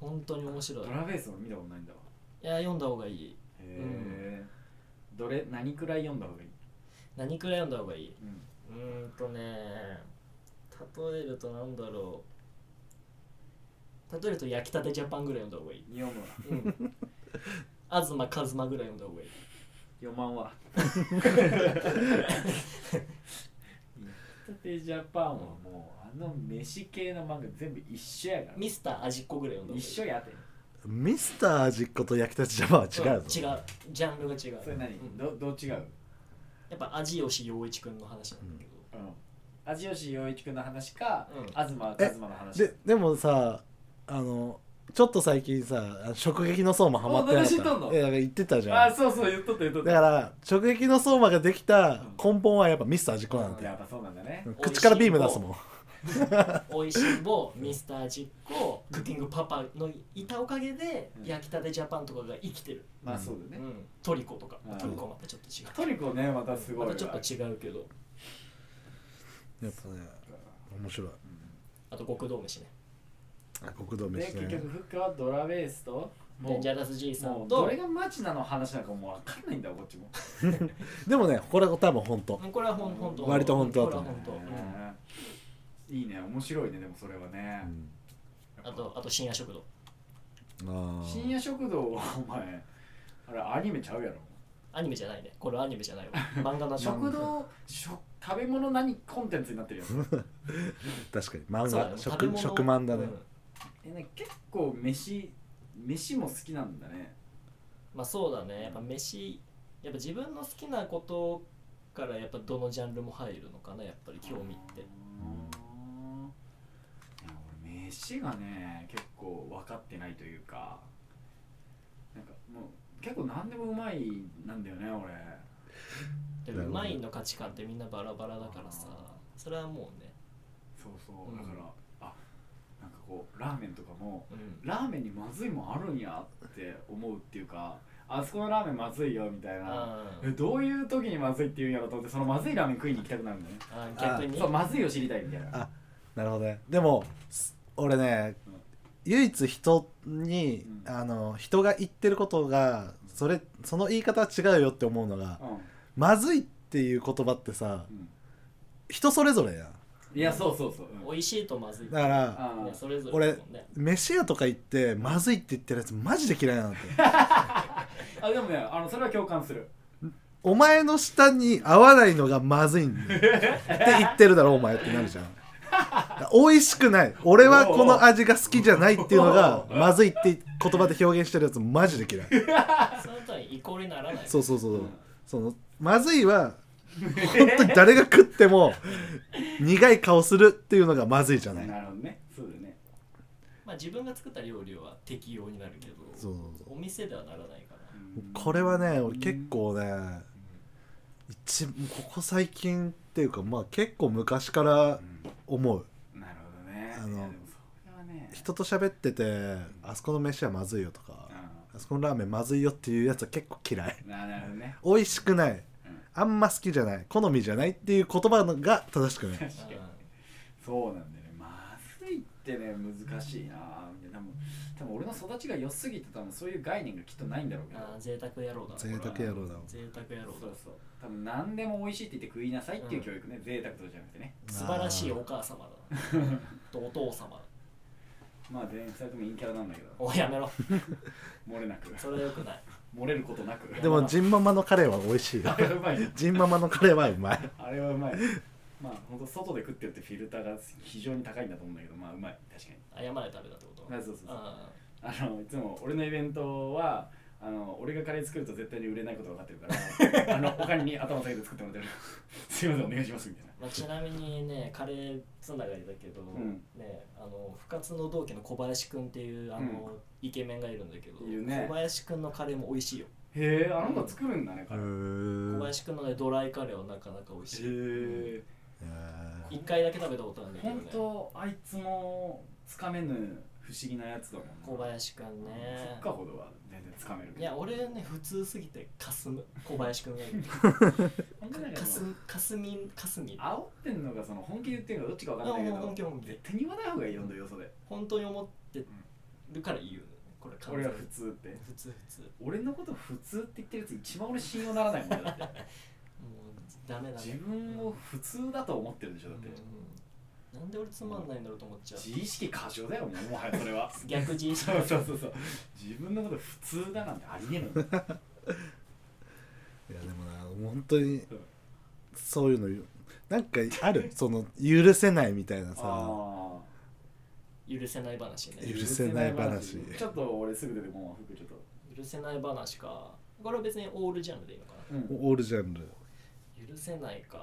本当に面白い
ドラベースも見たことないんだわ
いや読んだ方がいい
へえ、どれ何くらい読んだ方がいい、
何くらい読んだ方がいい
うん
うーんとね例えるとなんだろう例えると焼きたてジャパンぐらい読んだ方がいい、
読むわ
うん、東一馬ぐらい読んだ方がいい
読まんわだってジャパンはもうあの飯系の漫画全部一緒やから
ミスター味っ子ぐらい読んだ方がいい
一緒やて
ミスター味っ子と焼きたちジャパンは違うぞ、
ん違うジャンルが違う
それ何、
うんや
どどう違う、
っぱ味吉陽一くんの話なんだけど、
うん、味吉陽一くんの話か、
うん
東一馬の話
ででもさあのちょっと最近さあの直撃の相馬ハマってなかった
おなんか知っとんの
いやなんか言ってたじゃ
あ
ん
そうそう言っとった言っとっ
だ
た
から直撃の相馬ができた根本はやっぱミスター味っ子なんだ
や
よ
っぱそうなんだね
ん
口からビーム出すもん
おいしんぼミスター味っ子クッキングパパのいたおかげで
うん
焼きたてジャパンとかが生きてる、
まあそうだ
う
ね、
ん、トリコとか
うん
トリコはまたちょっと違う
トリコねまたすごい
ま
わ
たちょっと違うけど
やっぱね面白い
あと極道飯ね
あ国道
で
飯
結
ね
局フックはドラベースと
デ
も
ンジャラス爺
う
さ
も
ん
う
と
どれがマジなの話なのかもうわかんないんだわこっちも
でもねこれは多分本当
これはほん本当
割と本当だ
ことれは
思う
本当、うん
ねいいね面白いねでもそれはね、
あとあと深夜食堂
ああ
深夜食堂はお前あれアニメちゃうやろ
アニメじゃないねこれアニメじゃないわ漫画の
食堂食食べ物何コンテンツになってるや ん
確かに漫
そうだね
画
食べ
食
物
食漫だね
うん
えなんか結構飯飯も好きなんだね
まあそうだねやっぱ飯やっぱ自分の好きなことからやっぱどのジャンルも入るのかなやっぱり興味って
うんいや俺飯がね結構分かってないというかなんかもう結構何でもうまいなんだよね俺
でもうまいの価値観ってみんなバラバラだからさ
あ
それはもうね
そうそううんだから、あなんかこうラーメンとかも
うん
ラーメンにまずいもんあるんやって思うっていうかあそこのラーメンまずいよみたいな
あ
えどういう時にまずいって言うんやろと思ってそのまずいラーメン食いに行きたくなるんだよね
あ逆に
そうまずいを知りたいみたいな
あなるほどねでもす俺ね
うん
唯一人に、
うん
あの人が言ってることがそれその言い方は違うよって思うのが
うん、
「まずい」っていう言葉ってさ
うん、
人それぞれやん
いやそうそうそう、うん
美味しいとまずい
だから
あ
ね
ー
それぞれだもんね
飯屋とか行って「まずい」って言ってるやつマジで嫌いなんだって
あでもねあのそれは共感する
お前の舌に合わないのがまずいんだよ って言ってるだろお前ってなるじゃん美味しくない俺はこの味が好きじゃないっていうのがまずいって言葉で表現してるやつマジで嫌い
そのとイコールにならない
そうそうそうそのまずいは本当に誰が食っても苦い顔するっていうのがまずいじゃない
なるほどねそうだね
まあ自分が作った料理は適用になるけど
そうそうそう
お店ではならないか
うん
これはね俺結構ね一ここ最近っていうかまあ結構昔から思う
うんなるほどね
あの
いやでもそれはね
人と喋っててあそこの飯はまずいよとか
う
あそこのラーメンまずいよっていうやつは結構嫌い
んななるほどね
美味しくない
うん
あんま好きじゃない好みじゃないっていう言葉のが正しくない
ら、う
そうなんだよねまずいってね難しいなぁ多分多分俺の育ちが良すぎて多分そういう概念がきっとないんだろうけ
ん、
ど
あー贅沢野郎だ
贅沢野郎だもん
贅沢野郎
そ
だ
うそう多分何でも美味しいって言って食いなさいっていう教育ね、贅沢とかじゃなくてね
素晴らしいお母様だとお父様だ
まあ全員2人とも陰キャラなんだけど
おやめろ
漏れなく
それはよくない
漏れることなく
でもジンママのカレーは美味しいよ
あれはうまいね
ジンママのカレーはうまい
あれはうまいまあ本当外で食ってるってフィルターが非常に高いんだと思うんだけどまあうまい確かに
謝れ食べたってこと
あそうそうそう
あ
あのいつも俺のイベントはあの俺がカレー作ると絶対に売れないことが分かってるから あの他に頭下げて作ってもらってるすいませんお願いしますみたいな
ーまあ、ちなみにねカレーつながりだけど、
ん
ねあの不活の同期の小林くんっていうあの、
うん
イケメンがいるんだけど
いるね
小林くんのカレーも美味しいよ
へえあなた作るんだねカレーへ
小
う
林くんのねドライカレーはなかなか美味しい
え
一回だけ食べたことあるんだけどね
本当あいつのつかめぬ不思議なやつだもんな
小林くんね
そっかほどは全然つかめるけど
いや俺ね普通すぎてかすむ小林くんがいる
ほんとなん か
か
も
す
う
かすみかすみ
煽ってんのかその本気で言ってんのかどっちか分かんないけど
本気本気
絶対に言わない方がいいよんだよそれ
本当に思ってるから言うのねこれ完
俺
全
は
に
普通って
普通普通も
俺のこと普通って言ってるやつ一番俺信用ならないもんだって
うダメだ
自分を普通だと思ってるでしょだって
うんなんで俺つまんないんだろうと思っちゃう
自意識過剰だよもうもはやそれは
逆自意識
そうそうそうそう自分のこと普通だなんてありえねえの
いやでもなもう本当に
うん
そういうの言うなんかあるその許せないみたいなさ
あ
許せない話
ー
ね
許せない話
ちょっと俺すぐ出てこんわ服ちょっと、
許せない話かこれは別にオールジャンルでいいのかな
うん、
オールジャンル
許せないか、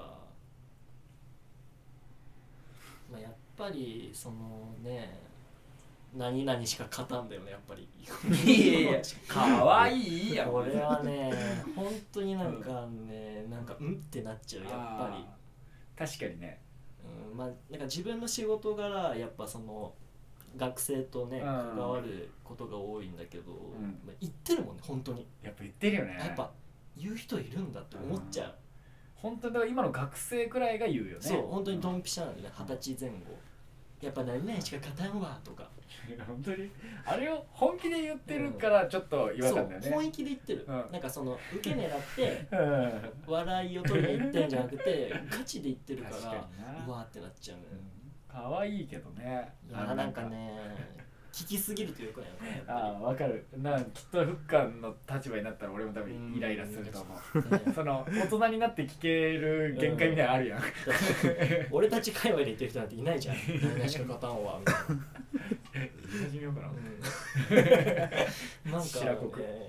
まあ、やっぱりそのね何々しか勝たんだよねやっぱり
いやいやかわいいやん
俺はね本当になんかね、なんかうんってなっちゃうやっぱり、
り確かにね
うん、まあなんか自分の仕事柄やっぱその学生とね
うん
関わることが多いんだけど、
ん
まあ、言ってるもんね本当に
やっぱ言ってるよね
やっぱ言う人いるんだって思っちゃう、
本当にだから今の学生くらいが言うよね
そう本当にド
ん
ンピシャなんでね二十歳前後やっぱ何々しか勝たんわとか
本当にあれを本気で言ってるからちょっと違和
そ
感
う
だよ
本
ね、
気で言ってる、
うん
なんかその受け 狙って
うん、
笑いを取りに行ってんじゃなくてガチで言ってるから
確かにな
うわーってなっちゃうのよ
かわいいけどね
いやーなんかね聞きすぎるというかやっぱり
ああわかるなんきっとフッカンの立場になったら俺も多分イライラすると思
うん
うその大人になって聞ける限界みたいなのあるやん
俺たち界隈で言ってる人なんていないじゃん何々しか勝たんわみたいな
言い始めようかな
うんなんか
白黒
ね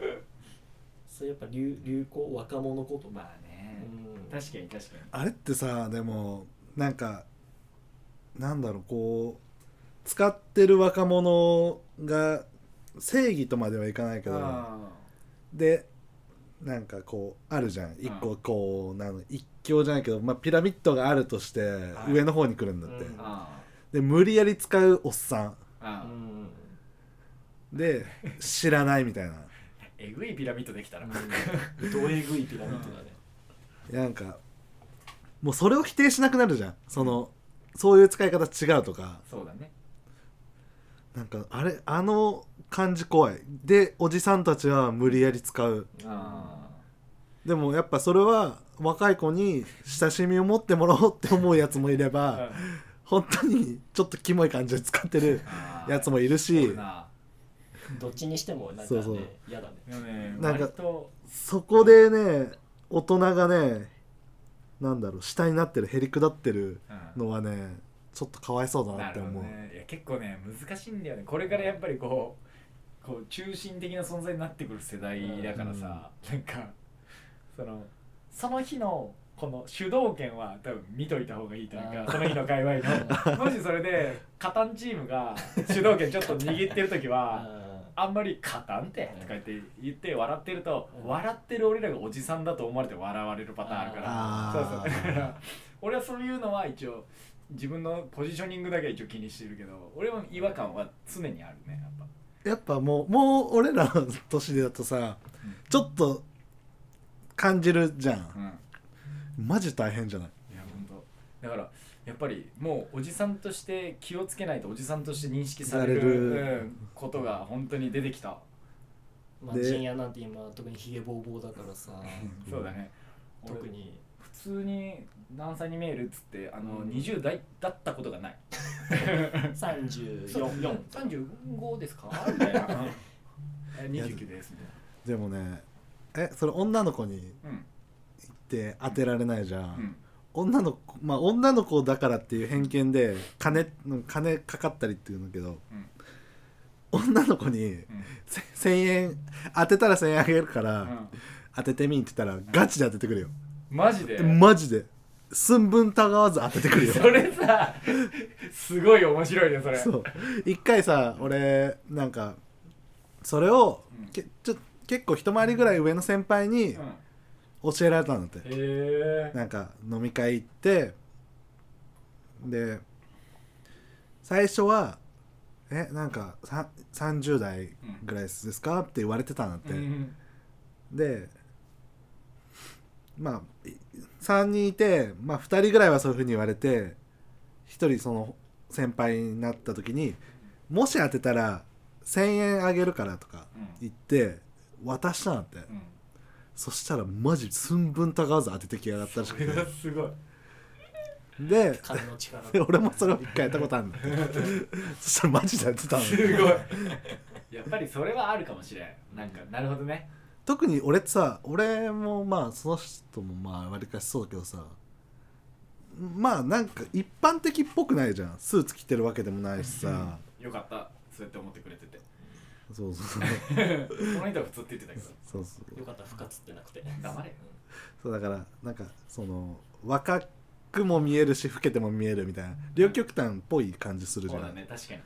そうやっぱ流流行若者言葉、
まあね
うん
確かに確かに
あれってさでもなんかなんだろうこう使ってる若者が正義とまではいかないけど、でなんかこうあるじゃん一個こう、なん一強じゃないけど、まあ、ピラミッドがあるとして
い
上の方に来るんだって、
うん
あ
で無理やり使うおっさ
あ
うん
んで知らないみたいな
えぐいピラミッドできたら
うんどえぐいピラミッドだね
なんかもうそれを否定しなくなるじゃんそのそういう使い方違うとか
そうだね
なんかあれあの感じ怖いでおじさんたちは無理やり使う
あ
でもやっぱそれは若い子に親しみを持ってもらおうって思うやつもいれ
あ
ば本当にちょっとキモい感じで使ってるやつ
も
もいるし
な
どっちにしてもなんか
そう
ね
そう
嫌だね
でもね
なんか
割と
そこでね大人がねなんだろう下になってるへりくだってる
うん
のはねちょっとかわいそうだな
な
って
るほ
思
ど
う、
ねいや結構ね難しいんだよねこれからやっぱりこうこう中心的な存在になってくる世代だからさ、なんかそのその日のこの主導権は多分見といた方がいいという
あ
か
ー
その日の界隈 のもしそれで加担チームが主導権ちょっと握ってる時は
あ
あんまり「加担って」とか言って言って笑ってると笑ってる俺らがおじさんだと思われて笑われるパターンあるからそうそう だ
あー
から俺はそういうのは一応自分のポジショニングだけは一応気にしてるけど俺も違和感は常にあるねやっぱ
やっぱもうもう俺らの年だとさ
うん
ちょっと感じるじゃ
うんん
マジ大変じゃない
いや本当だからやっぱりもうおじさんとして気をつけないとおじさんとして認識される
される
うんことが本当に出てきた、
まあ
で
陣屋なんて今特にヒゲボーボーだからさ
うん
そうだね俺
特に
普通に何歳に見えるっつってあの
うん
20代だったことがない
34
35ですか みたいなえ29ですみ
でもねえそれ女の子に
たいな
言って当てられないじゃ、
うんうんん
女の子まあ女の子だからっていう偏見で金金かかったりっていうんだけど、
うん
女の子に
うん
せ1000円当てたら1000円あげるから、
うん
当ててみんって言ったらガチで当ててくるよ、
マジで
マジで寸分たがわず当ててくるよ
それさすごい面白いねそれ
そう一回さ俺なんかそれを、
うん
けちょ結構一回りぐらい上の先輩に
うんへ
教えられたんだって、
え
なんか飲み会行ってで最初は「えなんかさ30代ぐらいですか?」って言われてたんだって、
うん
でまあい3人いて、まあ、2人ぐらいはそういうふうに言われて1人その先輩になった時に「もし当てたら1,000円あげるから」とか言って渡したんだって、
うん
そしたらマジ寸分たがわず当ててきやがったらし
そ
く
れは
て
すごい
で
金の力
で俺もそれを一回やったことあるんだそしたらマジでやってたの
すごい やっぱりそれはあるかもしれんなんかなるほどね
特に俺ってさ俺もまあその人もまあわりかしそうだけどさまあなんか一般的っぽくないじゃんスーツ着てるわけでもないしさ
よかったそうやって思ってくれて て
そうそうそう
この人は普通って言ってたけど
そうそう
よかった不活ってなくて
黙れよ
そうだからなんかその若くも見えるし老けても見えるみたいな両極端っぽい感じするじ
そ
ゃ、
うんだね確かに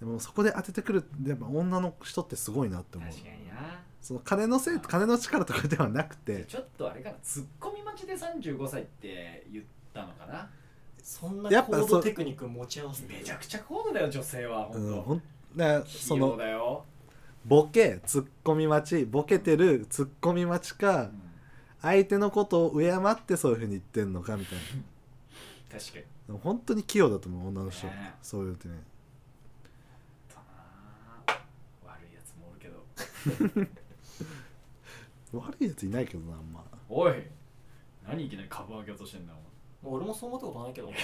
でもそこで当ててくるやっぱ女の人ってすごいなって思う
確かにな
その金のせい金の力とかではなくて
ちょっとあれかなツッコミ待ちで35歳って言ったのかな
そんな
やっ
高
ぱそう
度テクニック持ち合わせて
めちゃくちゃ高度だよ女性は
うん
本
ほんだから
当
そ
そ
の
のだよ
ボケツッコミ待ちボケてるツッコミ待ち
う
か
ん
相手のことを敬ってそういうふうに言ってんのかみたい
確かに
な本当に器用だと思う女の人
ね
そういうのってね
だな悪いやつもおるけど
悪いやついないけどなあんま
おい何いきなり株上げようとしてんだよ
もう俺もそう思ったことないけど
お前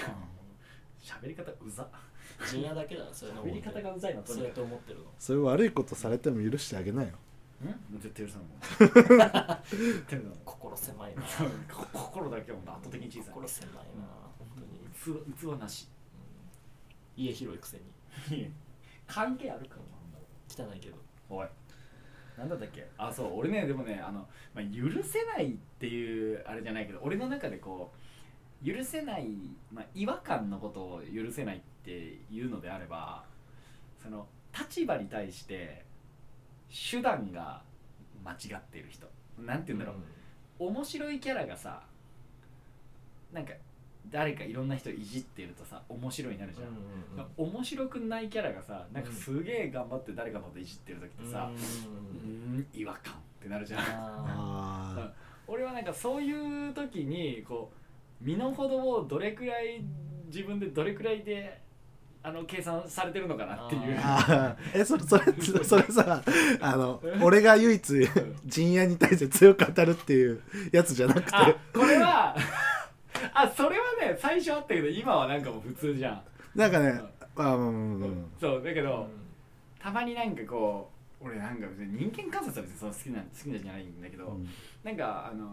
喋り方うざ
陣屋だけだなそれの
喋り方がうざいなと
そう
に
や
か
って思ってるの
そういう悪いことされても許してあげないよ
くん絶対許さんもん絶対許さん
心狭いな
もんこ心だけはもう圧倒的に小さい
心狭いな本当に
器器なし
家広いくせに
関係あるかも
汚いけど
おいなんだったっけあそう俺ねでもねあの、まあ、許せないっていうあれじゃないけど俺の中でこう許せない、まあ、違和感のことを許せないっていうのであればその立場に対して手段が間違ってる人なんて言うんだろう、面白いキャラがさなんか誰かいろんな人いじってるとさ面白いになるじゃん、
うん
面白くないキャラがさなんかすげえ頑張って誰かのこといじってる時ってさ、う
うん
ん違和感ってなるじゃん
あ
あ
俺はなんかそういう時にこう身の程をどれくらい自分でどれくらいであの計算されてるのかなっていう
ーあーえそれそれそれさあの俺が唯一陣営に対して強く当たるっていうやつじゃなくて
あこれはあそれはね最初あったけど今はなんかもう普通じゃん、
なんかねあうんうんうん
そうだけ
ー
ど、たまになんかこう俺なんか別に人間観察は別にその好きな好きなんじゃないんだけど、なんかあの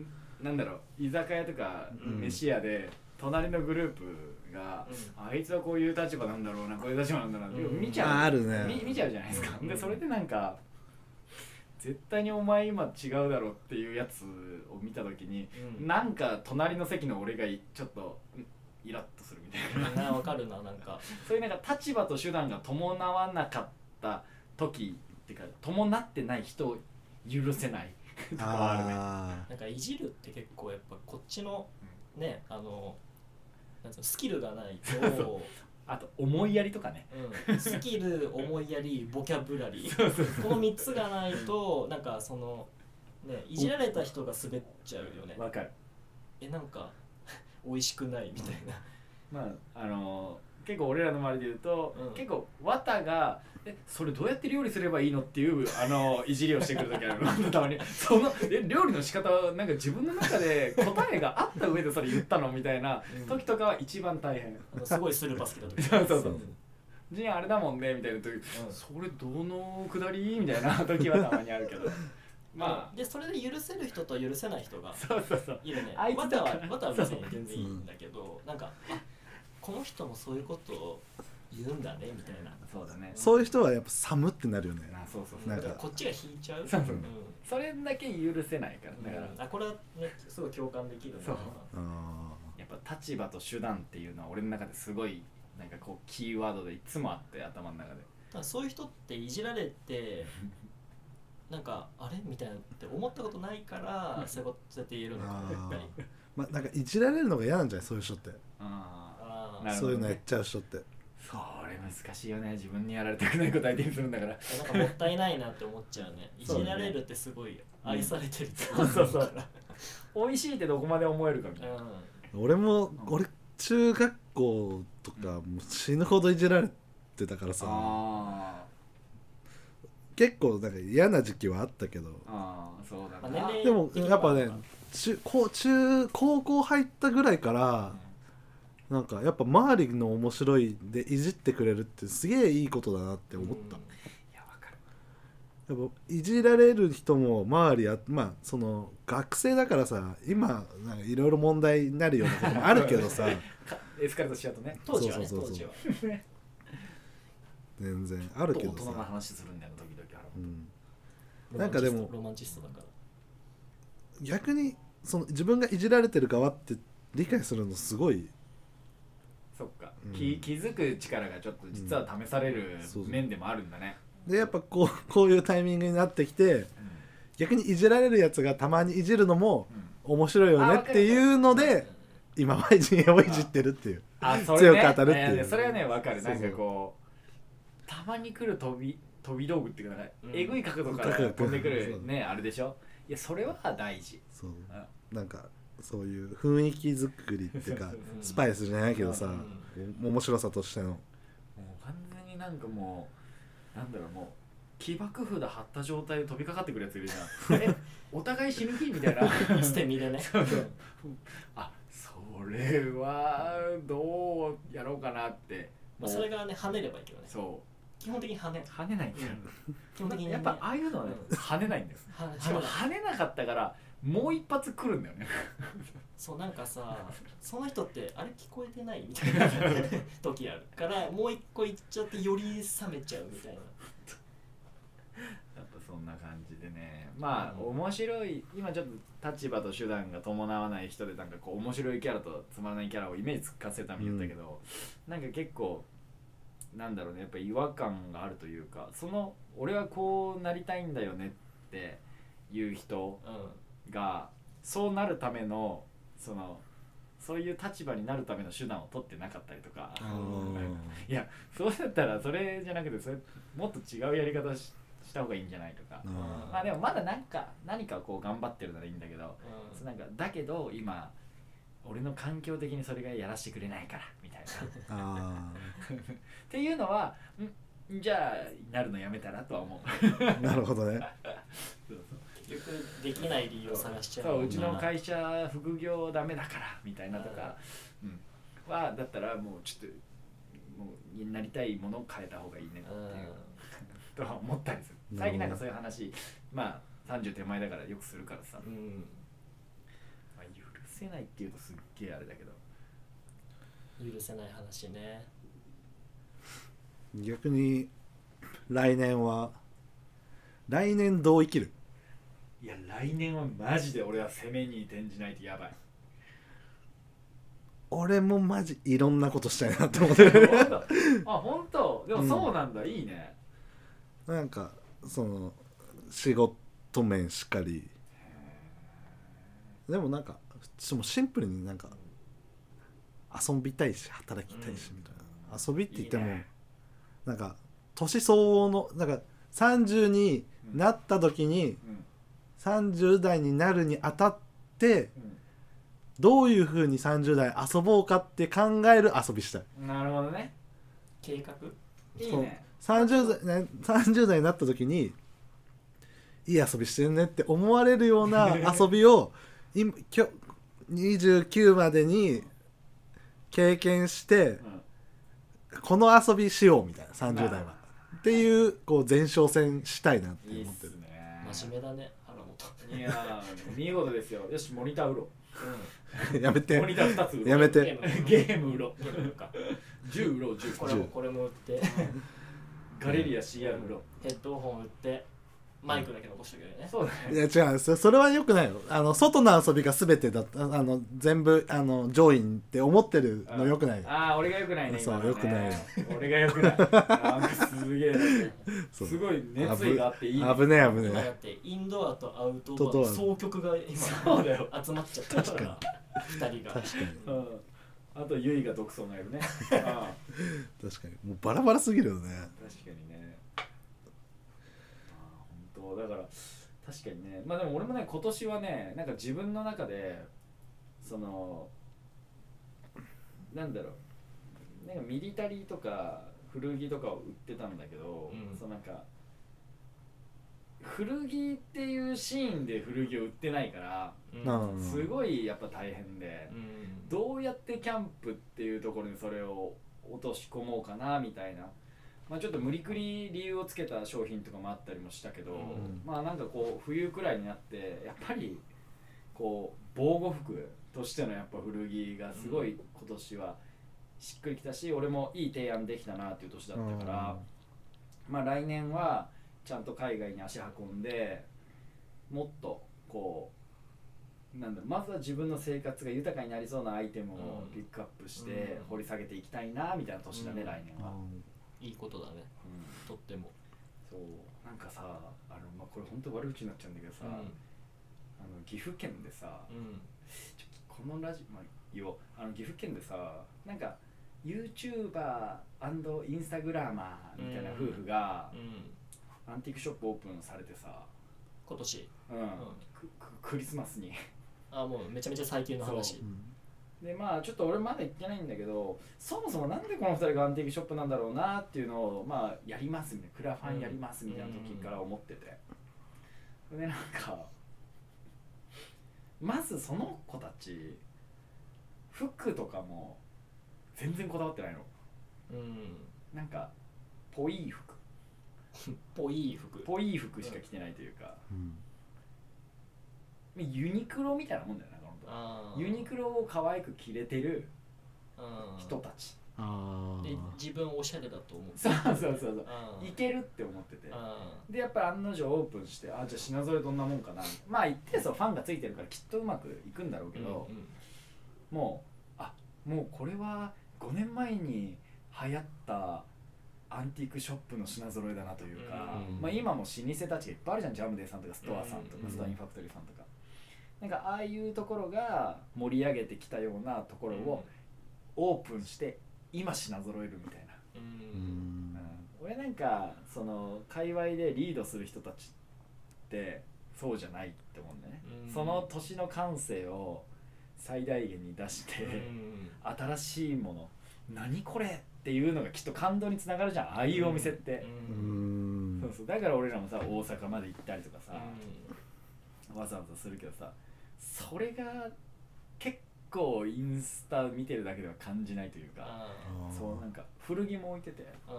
んなんだろう居酒屋とか
うん
飯屋で隣のグループが、あいつはこういう立場なんだろうなこういう立場なんだろうなって
うん
見ちゃう
ああるね
み見ちゃうじゃないですか、
うん
でそれでなんか絶対にお前今違うだろうっていうやつを見た時に、
うん
なんか隣の席の俺がいちょっとんイラッとするみたいな
なわかるななんか
そういうなんか立場と手段が伴わなかった時っていうか伴ってない人を許せない とかはあるね
あ
なんかいじるって結構やっぱこっちのねあのなんつうのスキルがない と、
あと思いやりとか ね
うん、スキル思いやりボキャブラリーこの3つがないとなんかそのねいじられた人が滑っちゃうよね
わかる
えなんか美味しくないみたいな
まああのー結構俺らの周りで言うと、
うん
結構綿が「えそれどうやって料理すればいいの?」っていうあのーいじりをしてくる時ある のたまにそのえ料理の仕方はなんか自分の中で答えがあった上でそれ言ったのみたいな
うん
時とかは一番大変
あのすごいスルーパス来た時
そうそうそう
うん
「ジンあれだもんね」みたいな時それどのくだりみたいな時はたまにあるけどま
でそれで許せる人と許せない人が
あそうそうそう
いるね
あいつ
わた
だか
は
ら
わたは別に全然いいんだけどなんかあこの人もそういうことを言うんだねみたいな
そうだね
ーそういう人はやっぱ寒ってなるよね
なそうそうそう
なん
だ
か
からこっちが引いちゃう
そうそうそれだけ許せないからだから、
うんあこれはねすごい共感できるな
そう
あ
やっぱ立場と手段っていうのは俺の中ですごいなんかこうキーワードでいつもあって頭の中で
ただそういう人っていじられてなんかあれみたいなって思ったことないからそういうことそうやって言えるのか
あ
な
ー
やっぱり
まあなんかいじられるのが嫌なんじゃないそういう人って
あ
あ
な
ー
る
そ
ほ
うい
どね
うのやっちゃう人って
それ難しいよね自分にやられたくないこと相手にするんだから
なんかもったいないなって思っちゃうねい
そう
じ
だ
ら
ね
れるってすごい愛されてるって
そうそうそ
だか
う 美味しいってどこまで思えるかみたい
ら
な、
うん
俺も俺中学校とかもう死ぬほどいじられてたからさ
あ
結構なんか嫌な時期はあったけど
ーあーそうだ
まあ
な、
年齢
でも
的には
やっぱね中高中高校入ったぐらいからなんかやっぱ周りの面白いでいじってくれるってすげえいいことだなって思った、
いやわかる
やっぱいじられる人も周りあまあその学生だからさ今なんかいろいろ問題になるようなこともあるけどさ
かエスカレートしちゃうとね
当時はね
そうそう
当
そう
時
そう
は
全然ある
ち
け
ょっと
ど
大人の
さ、
話するんだよ時々ある
うん、なんかでも
ロマンチストだから
逆にその自分がいじられてる側って理解するのすごい
そっか、
うん
き気づく力がちょっと実は試される
んそう
面でもあるんだね、
でやっぱこうこういうタイミングになってきて逆にいじられるやつがたまにいじるのも
うん
面白いよねっていうので 今まで陣営をいじってるっていう
あそ
強
れね
く当たるっていう
ややそれはねわかる
そうそう
なんかこうたまに来る飛び飛び道具っていうかなんか、
うん
えぐい角度から飛んでくるねあれでしょいやそれは大事
そう
あ
なんかそういう雰囲気作りって いうかスパイスじゃないけどさお面白さとしての
もう完全になんかもうなんだろうもう起爆札張った状態で飛びかかってくるやついるじゃんえお互い死ぬ気みたいな
捨て身でね
そうそうあそれはどうやろうかなって
まあそれがね跳ねればいいけどね
そ
基本的に跳ね
う跳ねないんだよ、
基本的にね
やっぱああいうのはね、跳ねないんだよ
は
しか
跳
も
ね
跳ねなかったからもう一発来るんだよね
そうなんかさその人ってあれ聞こえてないみたいな 時あるからもう一個行っちゃってより冷めちゃうみたいな
やっぱそんな感じでねまあ、
うん
面白い今ちょっと立場と手段が伴わない人でなんかこう面白いキャラとつまらないキャラをイメージつかせるために言ったけど、なんか結構なんだろうねやっぱ違和感があるというかその俺はこうなりたいんだよねっていう人がそうなるためのそのそういう立場になるための手段を取ってなかったりとか、いやそうだったらそれじゃなくてそれもっと違うやり方しした方がいいんじゃないとか、
うん
まあでもまだなんか何かこう頑張ってるならいいんだけど、そうなんかだけど今俺の環境的にそれがやらせてくれないからみ たいなっ
あ
ていうのはんじゃあなるのやめたらとは思う
ーなるほどね
結局できない理由を探しちゃ
そうううちの会社副業ダメだからみたいなとか、うん、はだったらもうちょっともうなりたいものを変えた方がいいねっていうとは思ったりする
なる
最
ほど
近なんかそういう話まあ30手前だからよくするからさ、
うんうん
まあ、許せないっていうとすっげえあれだけど
許せない話ね
逆に来年は来年どう生きる
いや来年はマジで俺は攻めに転じないとやばい
俺もマジいろんなことしたいなって思って る
あ本当でもそうなんだ、いいね
なんかその仕事面しかりでもなんかでもシンプルになんか遊びたいし働きたいしみたいな、遊びって言っても
いいね
なんか年相応のなんか30になった時に
うん
30代になるにあたって
うん
どういうふうに30代遊ぼうかって考える遊びしたい
なるほどね
計画
いいね
30代ね30代になった時にいい遊びしてるねって思われるよ うな遊びを今今日29までに経験して
うん
この遊びしようみたいな30代は。っていうこう前哨戦したいなって
いいっ
思って
す
る。
ね
真面目だね原本
いやー見事ですよよしモニター売ろ
やめ
う
て
モニター2つ売ろう
やめ
ゲ
て
ーム
ゲーム売ろう
ゲームか
10売ろう10
これもこれも売って
ガレリア CR 売ろう
ヘッドホン売ってマイクだけ残しとけばいいね
そうだ
い
ね
や違うそそれはよくないよあの外の遊びが全てだったあの全部あの上位って思ってるのよくないよ
ああ俺がよくないね
そ
今
う
のね
良くないよ
俺がよくないなんかすげえ
そう
すごい熱意があっていいね
危ねえ危
今
ね
だ
え
ってインドアとアウ
ア
ト
ウト
ド
ド
ア
ア
総局が
そうだよ
今集まっちゃった
確か
2人が
確かに
うんあとゆいが独走がい るねああ
確かにもうバラバラすぎるよね
確かにねああ本当だから確かにねまあでも俺もね今年はねなんか自分の中でそのなんだろうなんかミリタリーとか古着とかを売ってたんだけど、
うん
そのなんか古着っていうシーンで古着を売ってないから
うん
うん
すごいやっぱ大変で、
うん
どうやってキャンプっていうところにそれを落とし込もうかなみたいな、まあ、ちょっと無理くり理由をつけた商品とかもあったりもしたけど、
うん
まあなんかこう冬くらいになってやっぱりこう防護服としてのやっぱ古着がすごい今年はしっくりきたし俺もいい提案できたなっていう年だったから、まあ来年はちゃんと海外に足運んでもっとこうなんだろうまずは自分の生活が豊かになりそうなアイテムを
うん
ピックアップし
う
て
ん
掘り下げていきたいなみたいな年だね、
うん
来年は、
いいことだね
うん
とっても
そうなんかさあの、まあ、これ本当悪口になっちゃうんだけどさ、あの岐阜県でさ、
うん
ちょこのラジオ、まあ、言おうあの岐阜県でさなんか YouTuber&Instagrammer みたいな夫婦が
うん
アンティークショップオープンされてさ、
今年
うんくくクリスマスに
あもうめちゃめちゃ最近の話
でまあちょっと俺まだ行ってないんだけどそもそもなんでこの2人がアンティークショップなんだろうなっていうのをまあやりますみたいなクラファンやりますみたいな時から思ってて、でなんかまずその子たち服とかも全然こだわってないの
うん
なんかぽい服
ぽい服
ぽい服しか着てないというか、
うん
ユニクロみたいなもんだよなこの
あ
子ユニクロを可愛く着れてる
ロ
人たち、
あ
で自分おしゃれだと思う
そうそうそうそう
あ
いけるって思ってて
あ
でやっぱり案の定オープンしてあじゃあ品揃えどんなもんかなまあ一定数ファンがついてるからきっとうまくいくんだろうけど、もうあもうこれは5年前に流行ったアンティークショップの品揃えだなというか、
うん
まあ、今も老舗たちがいっぱいあるじゃんジャムデーさんとかストアさんとか、
うん
ストアインファクトリーさんとかなんかああいうところが盛り上げてきたようなところをオープンして今品揃えるみたいな、
う
う
んん
うん俺なんかその界隈でリードする人たちってそうじゃないって思うんだよね、
うん
その年の感性を最大限に出して、新しいもの何これっていうのがきっと感動につながるじゃんああいうお店って、
う
うん
ん
そうそうだから俺らもさ大阪まで行ったりとかさ、わざわざするけどさそれが結構インスタ見てるだけでは感じないというか、
あ
そうなんか古着も置いてて
ーうん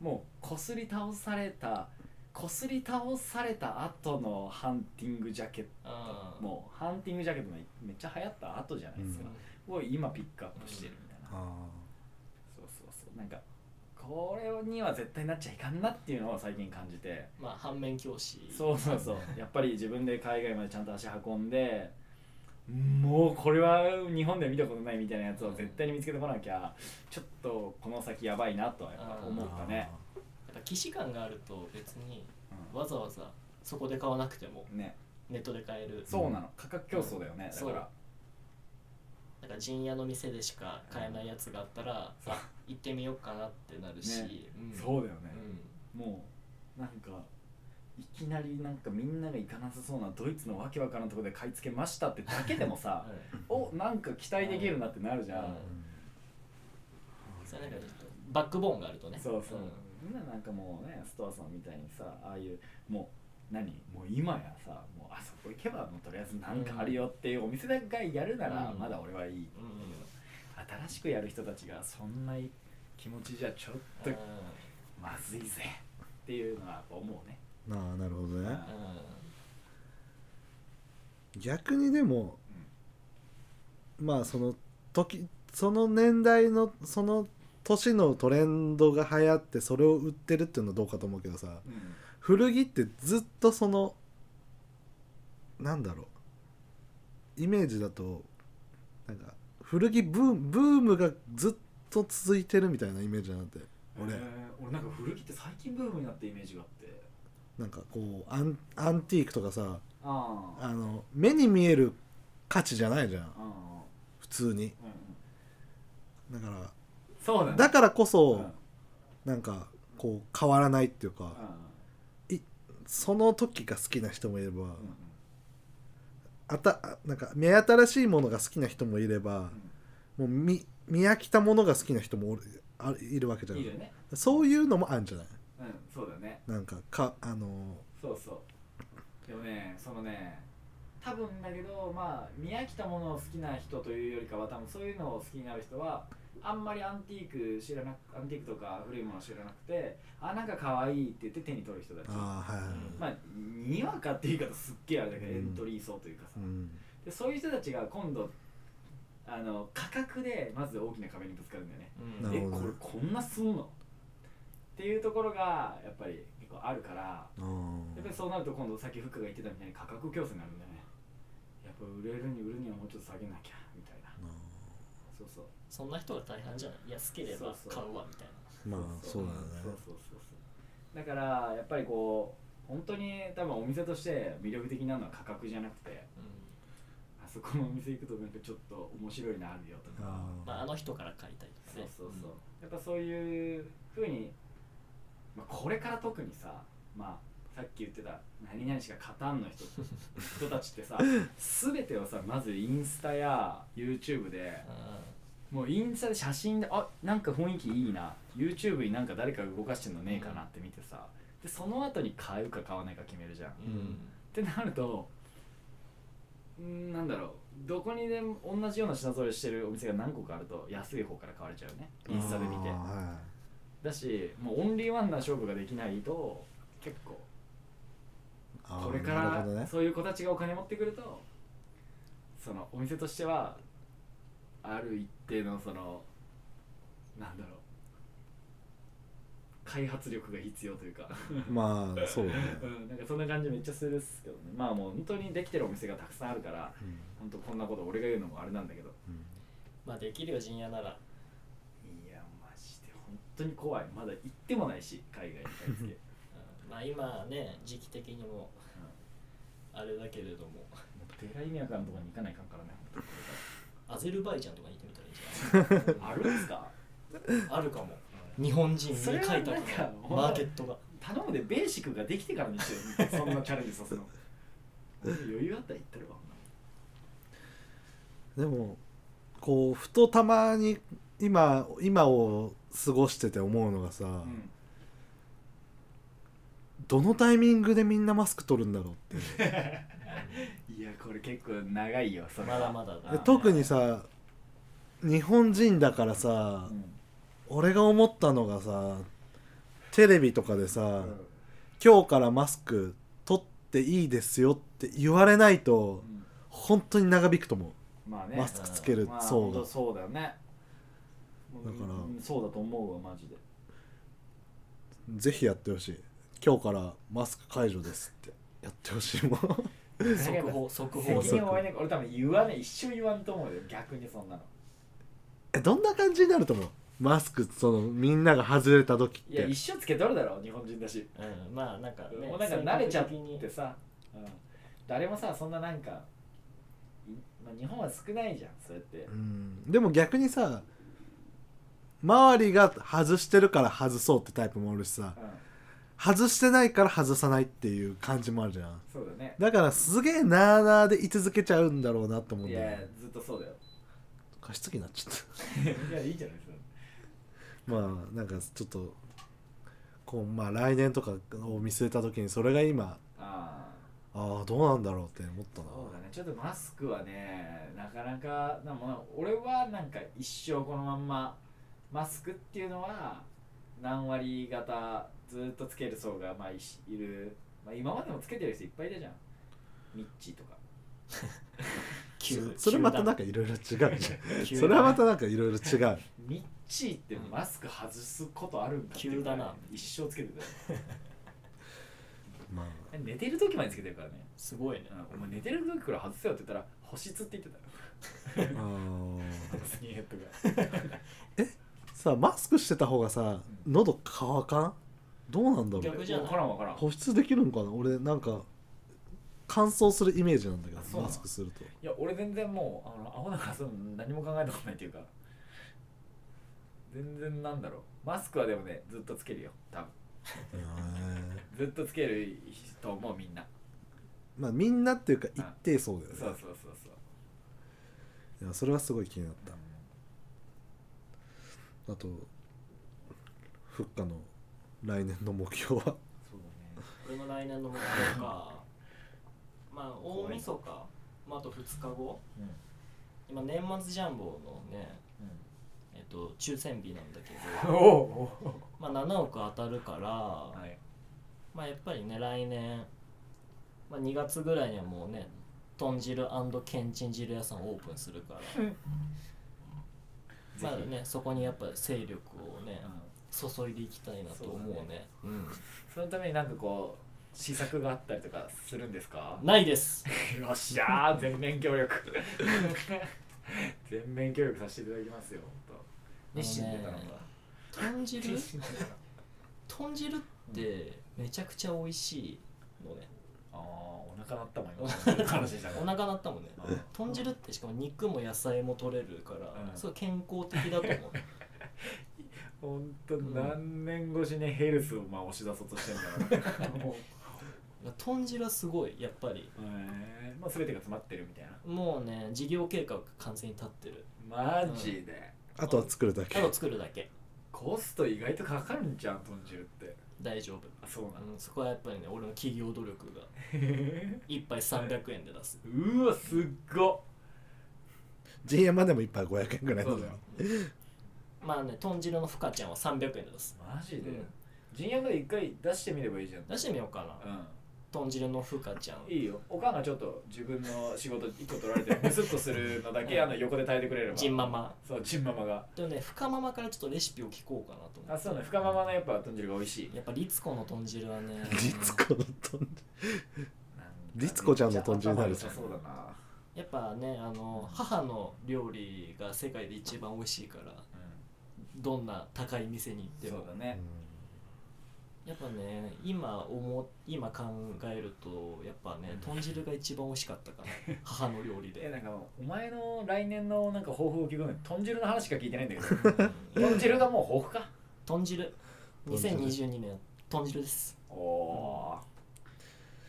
もうこすり倒されたこすり倒された後のハンティングジャケッ
あ
ト
ー
もうハンティングジャケットのめっちゃ流行った後じゃないですか、を今ピックアップしてるみたいな、
あ
そうそうそうなんかこれには絶対なっちゃいかんなっていうのを最近感じて
まあ反面教師
そうそうそうやっぱり自分で海外までちゃんと足運んでもうこれは日本では見たことないみたいなやつを絶対に見つけてこなきゃちょっとこの先やばいなとはやっぱ
ー
思ったね、
やっぱ既視感があると別にわざわざそこで買わなくても
うんね
ネットで買える
そうなの価格競争だよね、
そう
だから
なんか陣屋の店でしか買えないやつがあったらあ行ってみようかなってなるし、
ね
うん、
そうだよ
う
ね、
ん
もうなんかいきなりなんかみんなが行かなさそうなドイツのわけわからんところで買い付けましたってだけでもさ、おなんか期待できるなってなるじゃん、
それなんかバックボーンがあるとね
そうそう、みんななんかもうねストアさんみたいにさああいうもう何もう今やさもうあそこ行けばもうとりあえずなんかあるよっていうお店がやるなら
うん
まだ俺はいい、
うん、うん
新しくやる人たちがそんな気持ちじゃちょっと
うん
まずいぜっていうのはやっぱ思うね
あなあなるほどね
うん
逆にでもまあその時その年代のその年のトレンドが流行ってそれを売ってるっていうのはどうかと思うけどさ
うん
古着ってずっとそのなんだろうイメージだとなんか古着ブームブームがずっと続いてるみたいなイメージなんて俺
えー俺なんか古着って最近ブームになったイメージがあって
なんかこうアンアンティークとかさ
ああ
あの目に見える価値じゃないじゃん
ああ
普通に
うんうん
だから
そうだね
だから
う
こ
ん
そなんかこう変わらないっていう
う
か
ん
その時が好きな人もいれば
うん
あたあなんか目新しいものが好きな人もいればもう見見飽きたものが好きな人もおるあいるわけじ
う
ゃ
ん
ないい
いよね
そういうのもあるんじゃない
うんそうだね
なんかかあの
そうそうでもねそのね多分だけどまあ見飽きたものを好きな人というよりかは多分そういうのを好きになる人はあんまりアンティーク知らなくアンティークとか古いもの知らなくてあなんか可愛いって言って手に取る人たち
ああはいはいはい、
まあにわかって言い方すっげえあれだけど、
うん
エントリー層というかさ、
うん、
でそういう人たちが今度あの価格でまず大きな壁にぶつかるんだよね
うん
なる
え
ほど
これこんなすんのっていうところがやっぱり結構あるから
あー
やっぱりそうなると今度さっき福が言ってたみたいに価格競争になるんだよねやっぱ売れるに売るにはもうちょっと下げなきゃみたいなそうそう
そんな人が大半じゃない安ければ
そうそ
買
う
うわみたいな
まあそうだね
そうそうそうそうだからやっぱりこう本当に多分お店として魅力的なのは価格じゃなくてあそこのお店行くとなんかちょっと面白いのあるよとか
あー
まあ、あの人から買いたい
そ
とか
う
ね
そうそう、やっぱそういうふうに、まあ、これから特にさまあさっき言ってた何々しか勝たんの 人人たちってさ全てをさまずインスタや YouTube でもうインスタで写真であなんか雰囲気いいな YouTube になんか誰かが動かしてんのねえかなって見てさでその後に買うか買わないか決めるじゃん
うんうん
ってなるとうんなんだろうどこにでも同じような品揃えしてるお店が何個かあると安い方から買われちゃうねインスタで見て
あーは
だしもうオンリーワンな勝負ができないと結構
いあー
これか
なる
ら
ほどね
そういう子たちがお金持ってくるとそのお店としてはある一定のそのなんだろう開発力が必要というか
まあそうだね、
うんなんかそんな感じめっちゃするですけどねまあもう本当にできてるお店がたくさんあるから
うん
本当こんなこと俺が言うのもあれなんだけど
うん
まあできるよ陣屋なら
いやマジで本当に怖いまだ行ってもないし海外に買い付け
うんまあ今ね時期的にもあれだけれども
もうでかい意味わからんとこに行かないかんからね本
アゼルバイジャンとかに行ってみたらいいんじ
当に
ゃない
あるんすか
あるかも日本人に
そ
書い
れは
た
なんか
マーケットが
頼むでベーシックができてからにしようそんなチャレンジさすの余裕あったら行ってるわ
でもこうふとたまに今今を過ごしてて思うのがさ、
ほんなら
どのタイミングでみんなマスク取るんだろうって
いやこれ結構長いよそれ
ま
は
だまだだ
で特にさ日本人だからさ、
うん
俺が思ったのがさテレビとかでさ、
うん
今日からマスク取っていいですよって言われないと
うん
本当に長引くと思
まあ
う、
ね
マスクつける
まあ
層
ほ
が、
んとそうだよね
だから
うんそうだと思うわマジで
ぜひやってほしい今日からマスク解除ですってやってほしいもん
速報速報
責任を負えない俺多分言わね一生言わんと思うよ逆にそんなの
えどんな感じになると思うマスクそのみんなが外れた時っ
いや
て
一生つけとるだろ日本人だし
うんまあなんかね
もうなんか慣れちゃっ
性格的
て
に
さ、うん、誰もさそんななんか、いまあ、日本は少ないじゃんそうやって
うんでも逆にさ周りが外してるから外そうってタイプもおるしさ
うん
外してないから外さないっていう感じもあるじゃん
そうだね
だからすげえなーなーで居続けちゃうんだろうなと思うん
い
だよ
や
ね
ずっとそうだよ
加湿器になっちゃった
いやいいじゃないですか
まあなんかちょっとこうまあ来年とかを見据えた時にそれが今
ああ
ああどうなんだろうって思ったな
そうだねちょっとマスクはねなかなかなまあ俺はなんか一生このまんまマスクっていうのは何割方ずっとつける層がまあいしいる、まあ、今までもつけてる人いっぱいいたじゃんミッチーとか
急
それまたなんかいろいろ違うじゃんそれはまたなんかいろいろ違う
ミッチーってマスク外すことあるんかっていうぐらい
急だな
一生つけてたよ
ま あ
寝てる時までつけてるからね、
すごいね
うん、お前寝てる時から外せよって言ったら保湿って言 ってたよ
あー
スキンヘッドが
さあマスクしてた方がさ喉乾かんどうなんだろう
逆じゃない
分からん分からん
保湿できるんかな俺なんか乾燥するイメージなんだけ
あそう
ど
な
マ
の
スクすると
いや俺全然もうあのアホだからその何も考えたことないっていうか全然なんだろうマスクはでもねずっとつけるよ多分
へー
ずっとつける人もみんな
まあみんなっていうか
うん
一定そうだよね
そうそうそうそう
いやそれはすごい気になっ
うん
たあとふっかの来年の目 標は
そうだね
俺の来年の目標 かまあ大晦日まああと2日後
うん
今年末ジャンボのねえっと抽選日なんだけ
う
ど
んおうお
まあ7億当たるから、
うはい
まあやっぱりね来年、まあ、2月ぐらいにはもうね豚汁けんちん汁屋さんオープンする からまあねそこにやっぱ勢力をね
うん
注いでいきたいなと思う
そうだ
ねうん
そのためになんかこう試作があったりとかするんですか
ない です
よっしゃー全面協力全面協力させていただきますよほんと日清出たの
あのね
か
豚
日
汁
清出たのか
豚汁ってめちゃくちゃ美味しいのね
ああお腹鳴ったもん今話したから
お腹鳴ったもんね
うん
豚汁ってしかも肉も野菜も取れるから、
うん
すごい健康的だと思う
ほんと何年越しにヘルスをまあ押し出そうとしてんだから も
豚汁はすごいやっぱり
うえー、まあ全てが詰まってるみたいな
もうね事業計画完全に立ってる
マジで、
あとは作るだ
た
け
だ作るだけ
コスト意外とかかるんじゃん豚汁って
大丈夫
あそうなの
うんそこはやっぱりね俺の企業努力が1杯300円で出す
うわすっご
GM までも1杯500円ぐらいな
そ
ん
う
だ
だ
よ
よ
まあね豚汁のふかちゃんは300円で出す
マジで、
うん
陣役で一回出してみればいいじゃん
出してみようかな豚汁のふかちゃん
うんいいよおかんがちょっと自分の仕事一個取られ てムスッとするのだけあの横で耐えてくれれば
ジンママ
そうジンママが
でもねふかママからちょっとレシピを聞こうかなと思
あ
って
そうね深ママのやっぱ豚汁が美味しい
やっぱ律子の豚汁はね
律子のとん
なんか
律子ちゃんの豚汁になるじ
じ
ゃ
ゃ
ん
そうだな
やっぱねあの母の料理が世界で一番美味しいからどんな高い店に行って
そ
も
うだね、
やっぱね今思今考えるとやっぱね豚汁が一番美味しかったから母の料理
え
で
なんかお前の来年のなんか抱負を聞くのに豚汁の話しか聞いてないんだけど
うん
豚汁がもう抱負か
豚汁
豚汁
2022年豚汁です
おお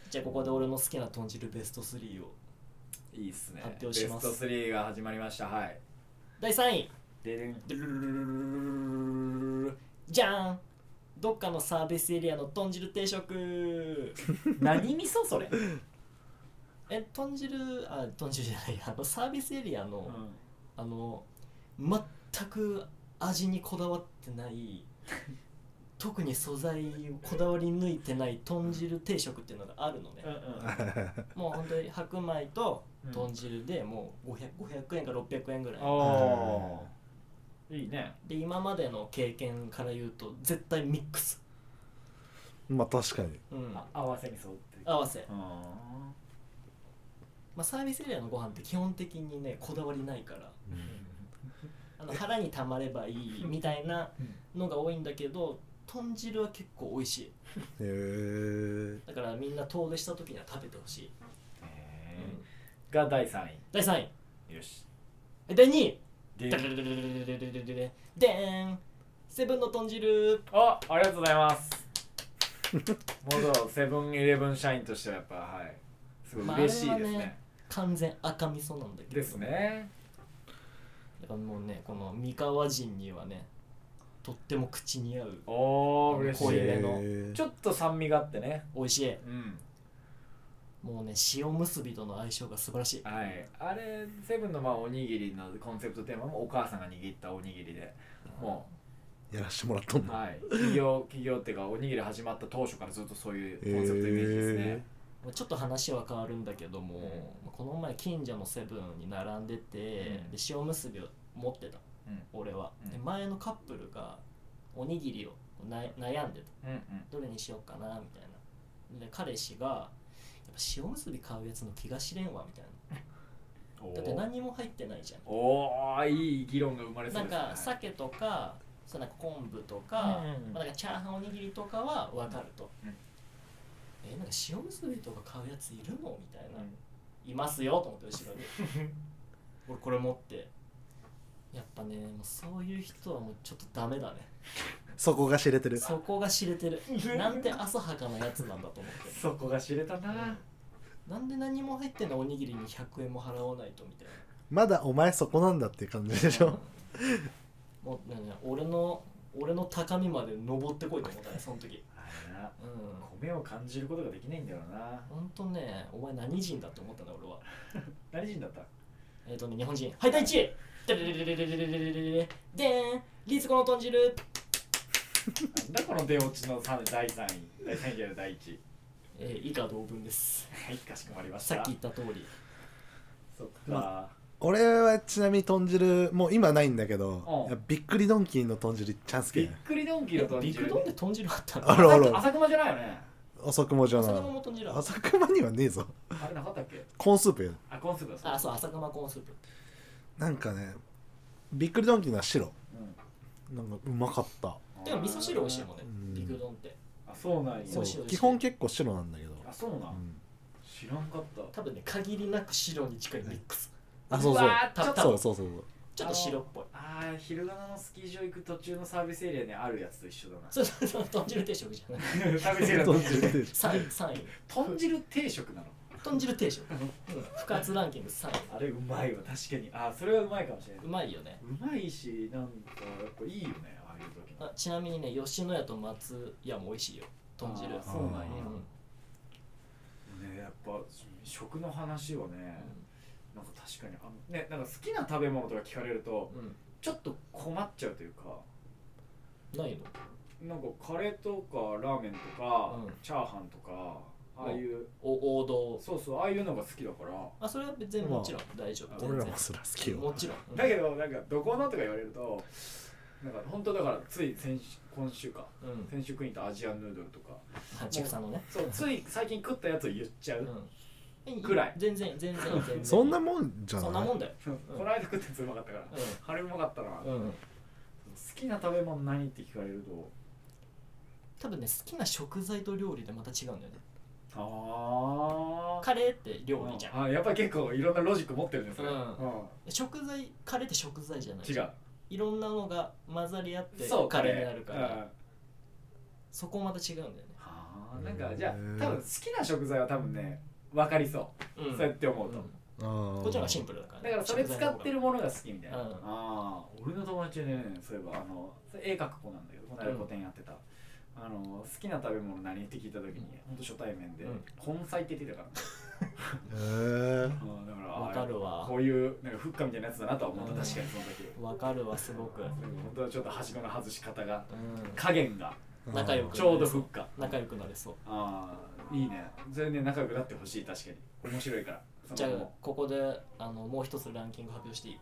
じゃあここで俺の好きな豚汁ベスト3を
ーいいっすね
発表
ベ
し
スト
ます
3が始まりましたはい
第3位
ででん
じゃんどっかのサービスエリアの豚汁定食
何味噌それ、
え豚汁あ豚汁じゃないあのサービスエリアの、あの全く味にこだわってない特に素材をこだわり抜いてない豚汁定食っていうのがあるのね、もう本当に白米と豚汁でもう 500, 500円か600円ぐらい
おーいいね
で今までの経験から言うと絶対ミックス、
うん まあ確かに
うん、
あ合わせ味噌って
合わせ、
う
ま
ん
あ、サービスエリアのご飯って基本的にねこだわりないからあの腹にたまればいいみたいなのが多いんだけど豚汁は結構美味しい
へえ
だからみんな遠出した時には食べてほしい、
え
うん
ーが第3
第3位
位よし
え第2位
で
ダルルルルルルルルルルルでーんセブンの豚汁
あありがとうございます元セブンイレブン社員としてはやっぱはいすごい嬉しいですね,、
まああれはね完全赤味噌なんだけど
ですね
やっぱもうねこの三河人にはねとっても口に合う
おー嬉し
濃い
い
めの
ちょっと酸味があってね
美味しい
うん
もうね塩むすびとの相性が素晴らしい
はいあれセブンのまあおにぎりのコンセプトテーマもお母さんが握ったおにぎりでも
やらしてもらったん
う
だ
はい企業企業っていうかおにぎり始まった当初からずっとそういうコンセプトイメージですね、
もうちょっと話は変わるんだけども、この前近所のセブンに並んでて、
うん
で塩むすびを持ってた、
うん
俺は、
うん
で前のカップルがおにぎりをな悩んでた
うん
どれにしようかなみたいなで彼氏がやっぱ塩むすび買うやつの気が知れんわみたい
うん
なだって何にも入ってないじゃん
おーいい議論が生まれそ
な
うんですね
か鮭とかそうなんか昆布とか,、
うんうんうん
まあ、なんかチャーハンおにぎりとかは分かると、
うんうん
えなんか塩むすびとか買うやついるのみたい
う
な、
ん
いますよと思って後ろに俺これ持ってやっぱねもうそういう人はもうちょっとダメだね
そこが知れてる
そこが知れてるなんて浅はかなやつなんだと思って
そこが知れたな
なんで何も入ってないおにぎりに100円も払わないとみたい
まだお前そこなんだっていう感じでし
な
ょ
うんもうね俺の俺の高みまで登ってこいと思ったねその時
あれな
うん
米を感じることができないんだよな
ほんとねお前何人だって思ったね俺は
何人だった
えっ、とね日本人はい第1位でーんリーツコの豚汁
なんだこの出落ちの三第3位第3位じゃない第1位
えー以下同文です
はいかしこまりました
さっき言った通り
そっか、
俺はちなみに豚汁もう今ないんだけど
うん
いやびっくりドンキーの豚汁チャンス
びっ
け
くりドンキーの豚
えビ
汁
クドンで豚汁あった
あ
の
らあら
浅熊じゃないよね
浅熊じゃ
浅
な
熊
い
も豚汁ある
浅熊にはねえぞ
あれなかったっけ
コーンスープや
あコンスープだ
あそう浅熊コーンスープ
なんかねびっくりドンキーのは
う
白
ん
なんかうまかった
でも味噌汁美味しいもんね
うん
ビクドンって
あそうなんや
そ
そうう
白
基本結構白なんだけど、
あそうなん、
うん
知らんかった
多分ね限りなく白に近いミックス
あそうそう
わーちょっと
そうそうそうそう
ちょっと白っぽい
あー昼がなのスキー場行く途中のサービスエリアにあるやつと一緒だな
そうそうそう豚汁定食じゃない
サービスエリアの
豚汁定食
3位3位
豚汁定食なの
豚汁定食、うん、不活ランキング3位
あれうまいわ確かにあそれはうまいかもしれないう
まいよね
うまいしなんかやっぱいいよねああいう時の
あちなみにね吉野家と松屋も美味しいよ豚汁
あーそうなんや
うん
ねやっぱ食の話をねなんか確かにあのねなんか好きな食べ物とか聞かれると
うん
ちょっと困っちゃうというか
うんないの
なんかカレーとかラーメンとか、
うん
チャーハンとかああいう
お王道
そうそうああいうのが好きだから
あそれは全部もちろん大丈夫
俺
全
ら
然
もそれは好き よ
もちろんうん
だけどなんかどこのとか言われるとなんか本当だからつい先週今週か
うん
先週食いに行ったアジアンヌードルとか
あ畜産のね
そうつい最近食ったやつを言っちゃう、
うん
ぐらい
全然全然全然
そんなもんじゃない
そんなもんだよ
この間食ったやつうまかったから、
う
あれうまかったな、
んうん
好きな食べ物何って聞かれると
多分ね好きな食材と料理でまた違うんだよね
あ
カレーって料理じゃん
あやっぱり結構いろんなロジック持ってるんですね、
うん食材カレーって食材じゃない
違う
いろんなのが混ざり合って
そう
カ
カ
レ
レ
ー
ー
になるから、
うん
そこまた違うんだよね
あーなんかじゃ
へー
あ多分好きな食材は多分ね分かりそうう、
ん
そうやって思うと、
う
あー
んこっちの方がシンプルだから、
だからそれ使ってるものが好きみたいな、
うん
ああー俺の友達ねそういえばあのそれ絵描く子なんだけどこの間個展やってた、あの好きな食べ物何って聞いた時に、ほんと初対面で
うん
「本菜」って言ってたから、
へえ
うんだから
わかる
あ
わ
ーこういうなんかふっかみたいなやつだなとは思った、
うん
確かにその時
わかるわすごく、う
本当はちょっと端っこの外し方が
ん、
加減が
仲良く
ちょうどふっか
仲良くなれそう
ああいいねそれね仲良くなってほしい確かに面白いからその
じゃあ
子も
ここであのもう一つランキング発表していい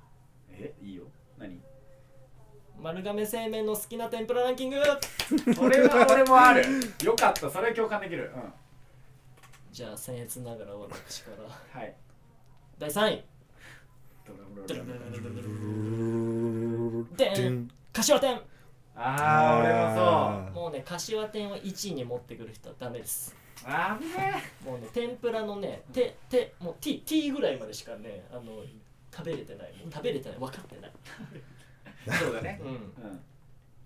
えいいよ何
丸亀製麺の好きな天ぷらランキング
それは俺もあるよかったそれは共感できるうん
じゃあ僭越ながら私から
はい。
第3位でん柏店
ああ、
も
もうね柏店を1位に持ってくる人はダメです
俺もそう。あぶね
もうね天ぷらのね手手もう T, T ぐらいまでしかねあの食べれてないもう食べれてない分かってない
え。そうだね。
うん
う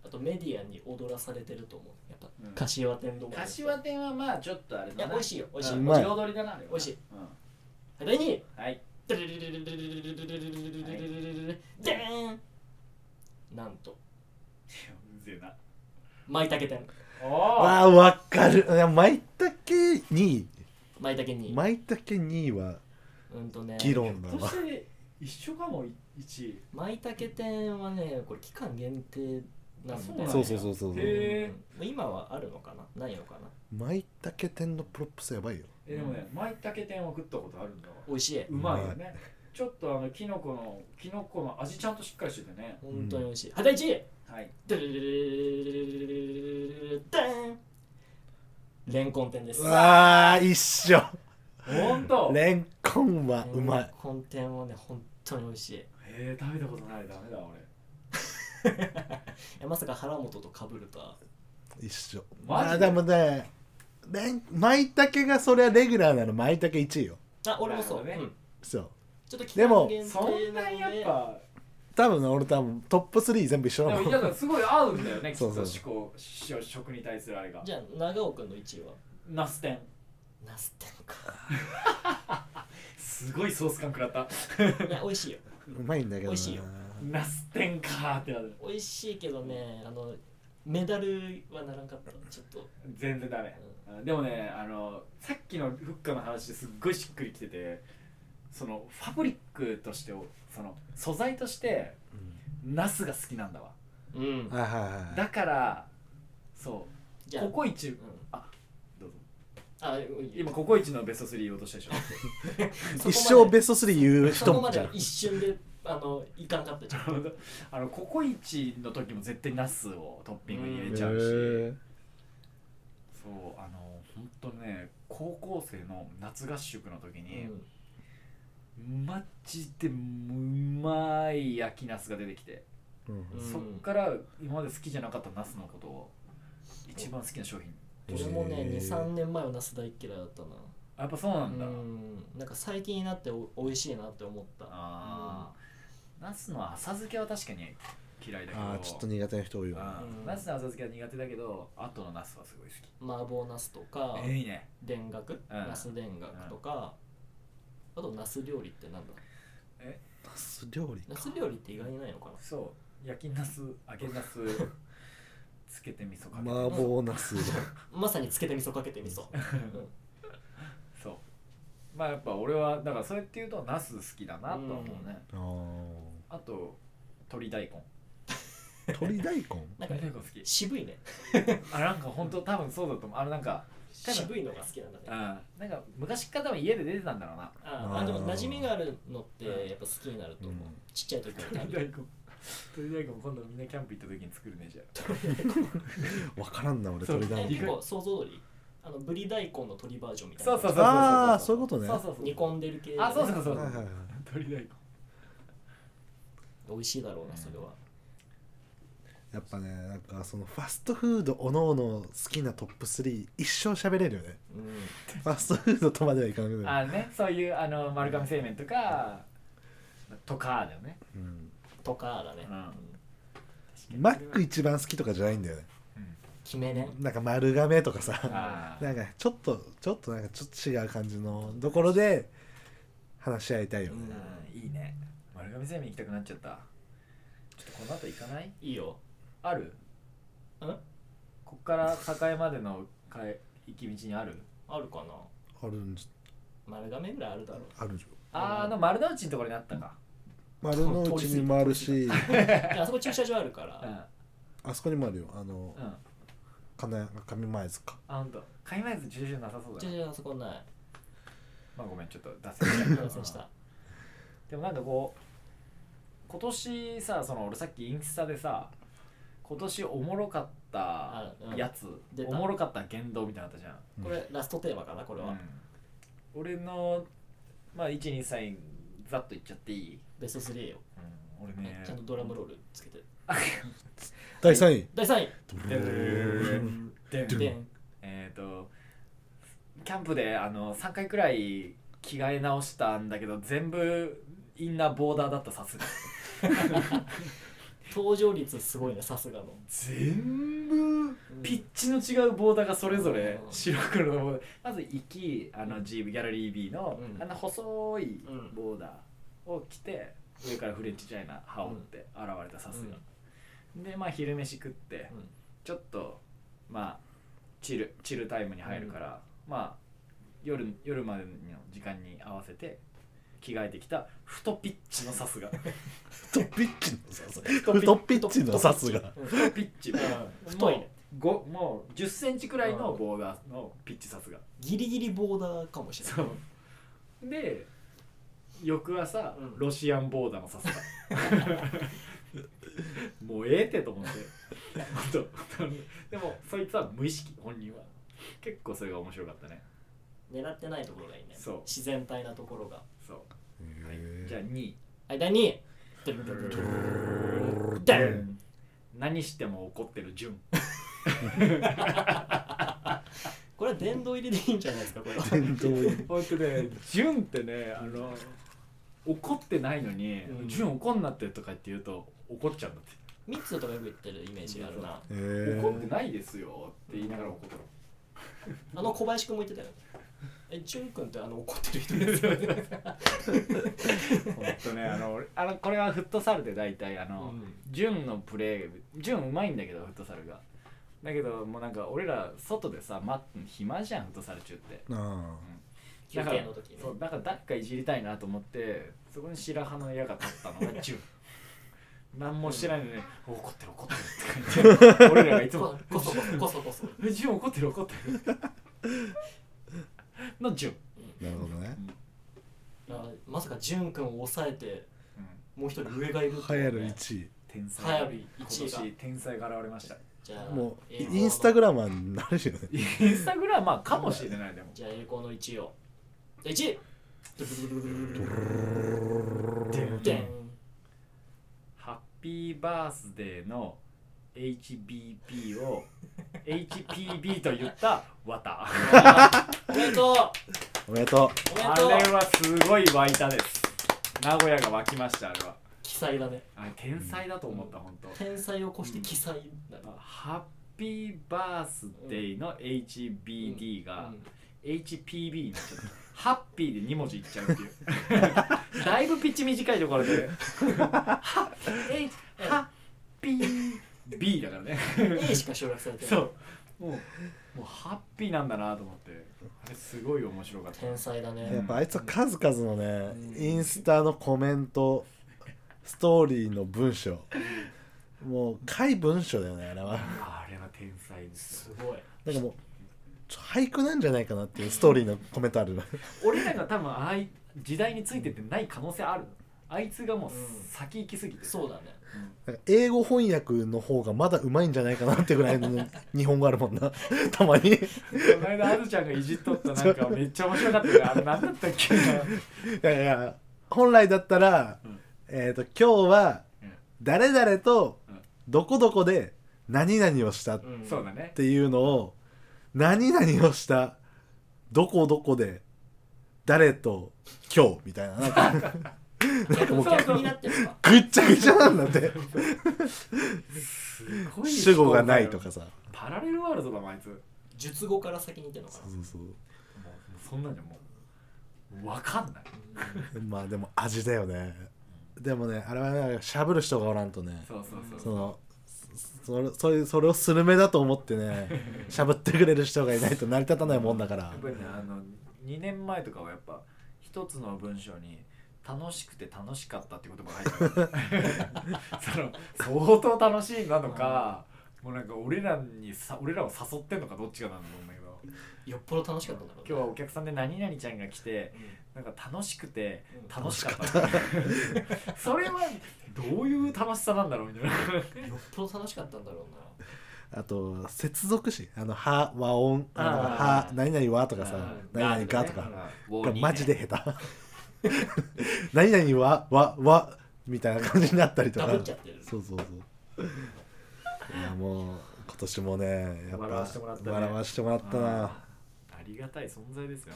あとメディアに踊らされてると思うやっぱ
うん
柏店ど
ん。
も
柏店はまあちょっとあれ
いや
だな。
美味しいよ美味しい、
う
う
ん
まい
彩りだな。あれは
美味しい。
う
第2位
ん。はい。
でーんなんと
うぜえな。
まいたけ店
おお。
あーわかるいや舞茸2
まいたけ
位
に
舞茸2位は
うんとね
議論だ
そ
わ
して一緒かも一位。
まいたけ店はねこれ期間限定なんで
あ
そうそうそうそう
へえ
うんもう今はあるのかなないのかな
舞茸店のプロップスやばいよ
えでもね、舞茸店を食ったことあるんだわ。
美味しいう
まいよね。ちょっとあのキノコのキノコの味ちゃんとしっかりしててね。
本当に美味しいはい第1位
はい。
でーんレンコン店です
うわあ一緒
本 当。へ
レンコンはうま
レン
い
コン店はね本当に美味しいい
え食べたことないダメだ俺。
やまさか原本とかぶるとは
一緒
マジで
まあでもねレン舞茸がそれはレギュラーなの舞茸1位よ
あ俺もそう、
なる
う
ほどね
ん
そう
ちょっと期
で
間
も
限定
そんなにやっぱ。
多分ね俺多分トップ3全部一緒
で
な
も
の
だからすごい合うんだよねきっと
そう
思
そう
考し食に対するあれが
じゃあ長尾君の1位は
ナス天
ナス天か
すごいソース感食らった
いや美味しいよ
うまいんだけど
美味しいよ
な
ナス天かーってなる
美味しいけどねあのメダルはならんかったちょっと
全然ダメでもねあのさっきのフッカの話すっごいしっくりきててそのファブリックとしてその素材としてナスが好きなんだわ
うん
はいはいはい
だからそ
じ
う
ゃあ
ココイチ
うん
どうぞ
あいい
今ココイチのベスト3言おうとしたで しょ
そこ
一生
まで
ベスト3言う
そ
人
こ
も
ま
い
で
た
は一瞬であのいかんかったじゃん
あのココイチの時も絶対ナスをトッピングに入れちゃうし、
へ
そうあの本当ね高校生の夏合宿の時に、マジでうまい焼きナスが出てきて、
ーうん
うん
そっから今まで好きじゃなかったナスのことを一番好きな商品
うん俺もね
へー
23年前はナス大っ嫌いだったな
あやっぱそうなんだ、
うんなんか最近になってお美味しいなって思った
ああ、ナスの浅漬けは確かに嫌いだけど
ああちょっと苦手な人多いよ
うんナスの浅漬けは苦手だけど後のナスはすごい好
麻婆ナスとか
きいいね
田楽
うん
ナス田楽とかあとナス料理ってなんだ
ナス料理
ナス料理って意外にないのかな
そう焼きナス揚げナスつけて味噌かけて、
麻婆ナス
まさにつけて味噌かけて 味噌、うん
そうまあやっぱ俺はだからそれっていうとナス好きだなとは思うね、
あー
あと鶏大根
鶏大根
なんか
大根好き
渋いね
あなんか本当多分そうだと思うあのなんか多分
渋いのが好きなんだね
うんなんか昔から多分家で出てたんだろうな
あーあ
あー
でも馴染みがあるのって
うん
やっぱ好きになると思う、
うん
ちっちゃ い時から食べ
鶏
る
大根鶏大根今度みんなキャンプ行った時に作るねじゃ
わからんな俺
そう
鶏大
え結
根
構想像通りあのブリ大根の鶏バージョンみたいな
そうそうそう
ああそういうことね
そうそうそう
煮込んでる系
あそうそう
う
そう
はいはいはい
鶏大根
美味しいだろうなそれは
やっぱねなんかそのファストフードおのおの好きなトップ3一生喋れるよね
うん
ファストフードとまではいかなくな
あ
る、
ねそういうあの丸亀製麺とかとかだよね
うん、
とかだね、
うん
うん
マック一番好きとかじゃないんだよね
決めね
なんか丸亀とかさ
あ
なんかちょっとちょっとなんかちょっと違う感じのところで話し合いたいよね、
ーいいね丸亀製麺行きたくなっちゃったちょっとこの後行かない
いいよ
ある
ん
こっから境までのかえ行き道にある
あるかな
あるんじ
丸亀ぐらいあるだろう
あるじ
あーあの丸の内のところにあったか
ゃん丸の内にもあるし
いやあそこ駐車場あるから、
うんうん
あそこにもあるよあの
あ
金上前塚
本当。買い前ず駐車場なさ そうだ
駐
な
車場あそこない
まあごめんちょっと脱線しちゃ
完
った
成した
でもなんかこう今年さその俺さっきインスタでさ今年おもろかった
あうん
やつ、
出た
おもろかった言動みたいなのあったじゃん
これラストテーマかなこれは、
うん俺のまあ123ざっと言っちゃっていい、
ベスト3よ、
俺ね
ちゃんとドラムロールつけて
第3位
第3位
ででで
でん
えっ、とキャンプであの3回くらい着替え直したんだけど全部インナーボーダーだったさすが
登場率すごいねさすがの
全部ピッチの違うボーダーがそれぞれ
うん
白黒のボーダーまず行きあの G ギャラリー B の
うん
あんな細い
うん
ボーダーを着て上からフレンチチャイナ羽織って現れたさすが、でまあ昼飯食って
うん
ちょっとまあチルチルタイムに入るから、まあ夜夜までの時間に合わせて着替えてきた太ピッチのさす が
太ピッチのさすが
太ピッ
太ピッチのさすが
うん
太ピッチ
うん太いね
ごもう1 0ンチくらいのボーダーのピッチさすが
ギリギリボーダーかもしれない
そうで翌朝、
うん
ロシアンボーダーのさすが もうええってと思って本当本当でもそいつは無意識本人は結構それが面白かったね
狙ってないところがいいね
そう
自然体なところが
そう
へ
じゃあ2位
はい第2位ドゥルルルルルルダン
何しても怒ってる 順
これは殿堂入りでいいんじゃないですかこれは
ー殿堂入り
本当ね順ってねあの怒ってないのに
うん
順怒んなってとかって言うと怒っちゃうんだって
ミッツーとかよく言ってるイメージがあるな
え
怒って
ー
ないですよって言いながら怒ってる
あの小林くんも言ってたよねえチュンくんってあの怒ってる人ですよね
ほんとねあの俺あのこれはフットサルで大体あ
う
の、
ん
純のプレー純うまいんだけどフットサルがだけどもうなんか俺ら外でさ待ってんの暇じゃんフットサル中って
あ
休憩の時ね
そうだから誰かいじりたいなと思ってそこに白羽の矢が立った のが純何もしてないのに、怒ってる怒ってるって感じで俺らがいつ も
ここそこそこそこそ
「え純怒ってる怒ってる」 の純、
ーなるほどね
あまさかジュンくんを抑えてもう一人上がいるってこと
流
ね
行る1位
天才
流行る
今
一位が
年天才が現れま した
じゃあ
もう
栄光
イ
の
ンスタグラマーになるよね
インスタグラマーかもしれない でも
じゃあ栄光の1位をじゃあ1位ドゥルルルルルルルダン
ハッピーバースデーの HBP を HPB と言った綿
おめでと
お
う
めでと
おめ
あ
で
れ
とう
はすごい湧いたです名古屋が湧きましたあれは
記載だね
あれ天才だと思った本当。
天才を越して記載だね
ハッピーバースデーの HBD が HPB になっちゃったハッピーで2文字いっちゃうっていう だいぶピッチ短いところでハッえいハッピー B だからね
A しか省略されてない
そうもうもうハッピーなんだなと思ってあれすごい面白かった
天才だ
うや
ね
っぱあいつは数々のね
うん
インスタのコメントストーリーの文章もうかい文章だよねあれは
あれは天才です
すごい
なんかもうちょ俳句なんじゃないかなっていうストーリーのコメントある
俺らが多分ああい時代についてってない可能性あるあいつがもう先行きすぎて、
そうだね
なんか英語翻訳の方がまだうまいんじゃないかなってぐらいの 日本語あるもんなたまに
この間あずちゃんがいじっとったなんかめっちゃ面白かったよねあれ何だったっけ
いやいや本来だったら、
うん
えっ、と今日は
うん
誰々と
うん
どこどこで何々をしたっ
うん
そうだね
ていうのを何々をしたどこどこで誰と今日みたいなな んか
逆
もう
逆になってるか
ぐっちゃぐちゃなんだって
すごい
主語がないとかさ
パラレルワールドだもんあいつもう
術後から先に言ってるのか
そ
な
うそうそ
そんなんじゃもう分かんない、
うまあでも味だよねでもねあれはねしゃぶる人がおらんとね
そうそうそう
そのそそれそういうそれをスルメだと思ってね しゃぶってくれる人がいないと成り立たないもんだから
やっぱりねあの2年前とかはやっぱ一つの文章に「楽しくて楽しかった」って言葉が入って るその相当楽しいなのかもうなんか俺らにさ俺らを誘ってんのかどっちかなんだと思うんだけど
よっぽど楽しかったんだろうね
今日はお客さんで何々ちゃんが来てなんか楽しくて
うん
楽しかったってそれはどういう楽しさなんだろうみたいな
うんよっぽど楽しかったんだろうな
あと接続詞あの「は」「和音」あの
あ
は
ー
何々は」とかさ
うん
「何々が」とか
うん
がマジで下手 何々は「わ」「わ」みたいな感じになったりと
ダ
か
ブっちゃってる
そうそうそういやもう今年もねやっぱ
笑わしてもらったね
笑わしてもらったな
ありがたい存在ですよ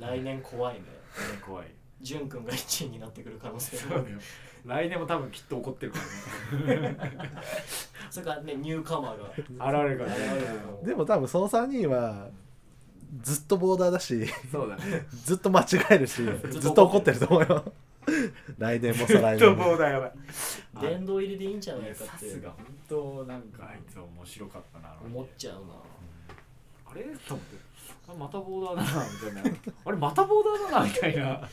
本
来年怖いね
当に、ね、怖い
ジュン君が1位になってくる可能性
そ
も
うだよ来年も多分きっと怒ってるから
それからねニューカマーが
ね現れるから
現れ
ね
るかも
でも多分その3人はずっとボーダーだし
そうだね
ずっと間違えるしずっと怒ってると思うよ 来年も再来年も
だやばい
殿堂入りでいいんじゃないか
さ
って
すが本当なんかあいつ面白かったなあの
思っちゃうな
あれと思ってあまたボーダーだなみたいなあれまたボーダーだなみたいなあれ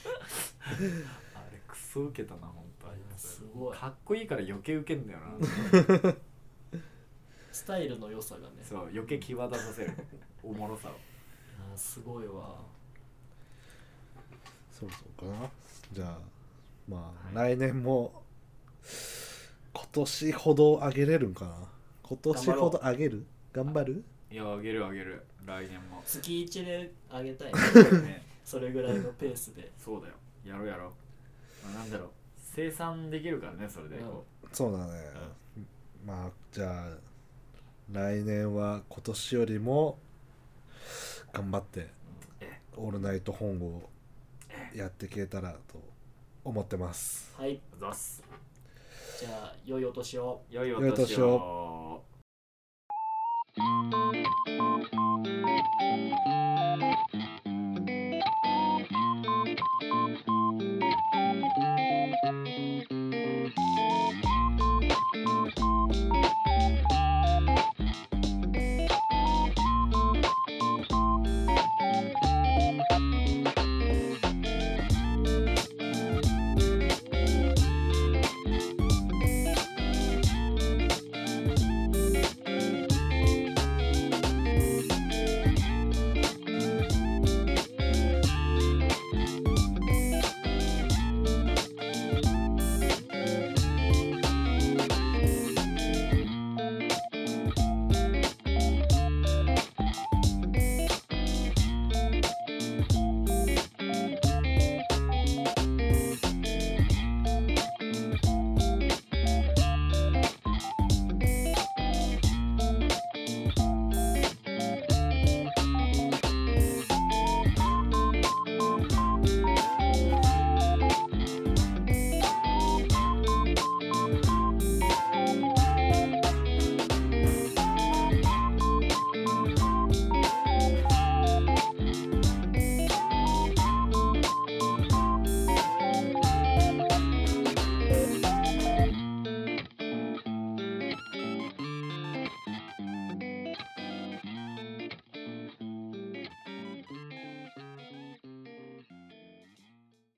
クソウケたな本当あいつ
すごい
かっこいいから余計ウケんだよな
スタイルの良さがね
そう余計際立たせるおもろさを
あーすごいわ
そうそうかなじゃあまあ、来年も今年ほど上げれるんかな今年ほど上げる頑張る
いやあげるあげる来年 も
月1であげたい ね
ね
それぐらいのペースで
そうだよやろうやろう、まあ、なんだろう生産できるからねそれでこ
そうだね、まあじゃあ来年は今年よりも頑張って「オールナイト本」をやっていけたらと思ってます
はいう
ざっす
じゃあ良いお年を
良い
良いお
お
年
年
を
を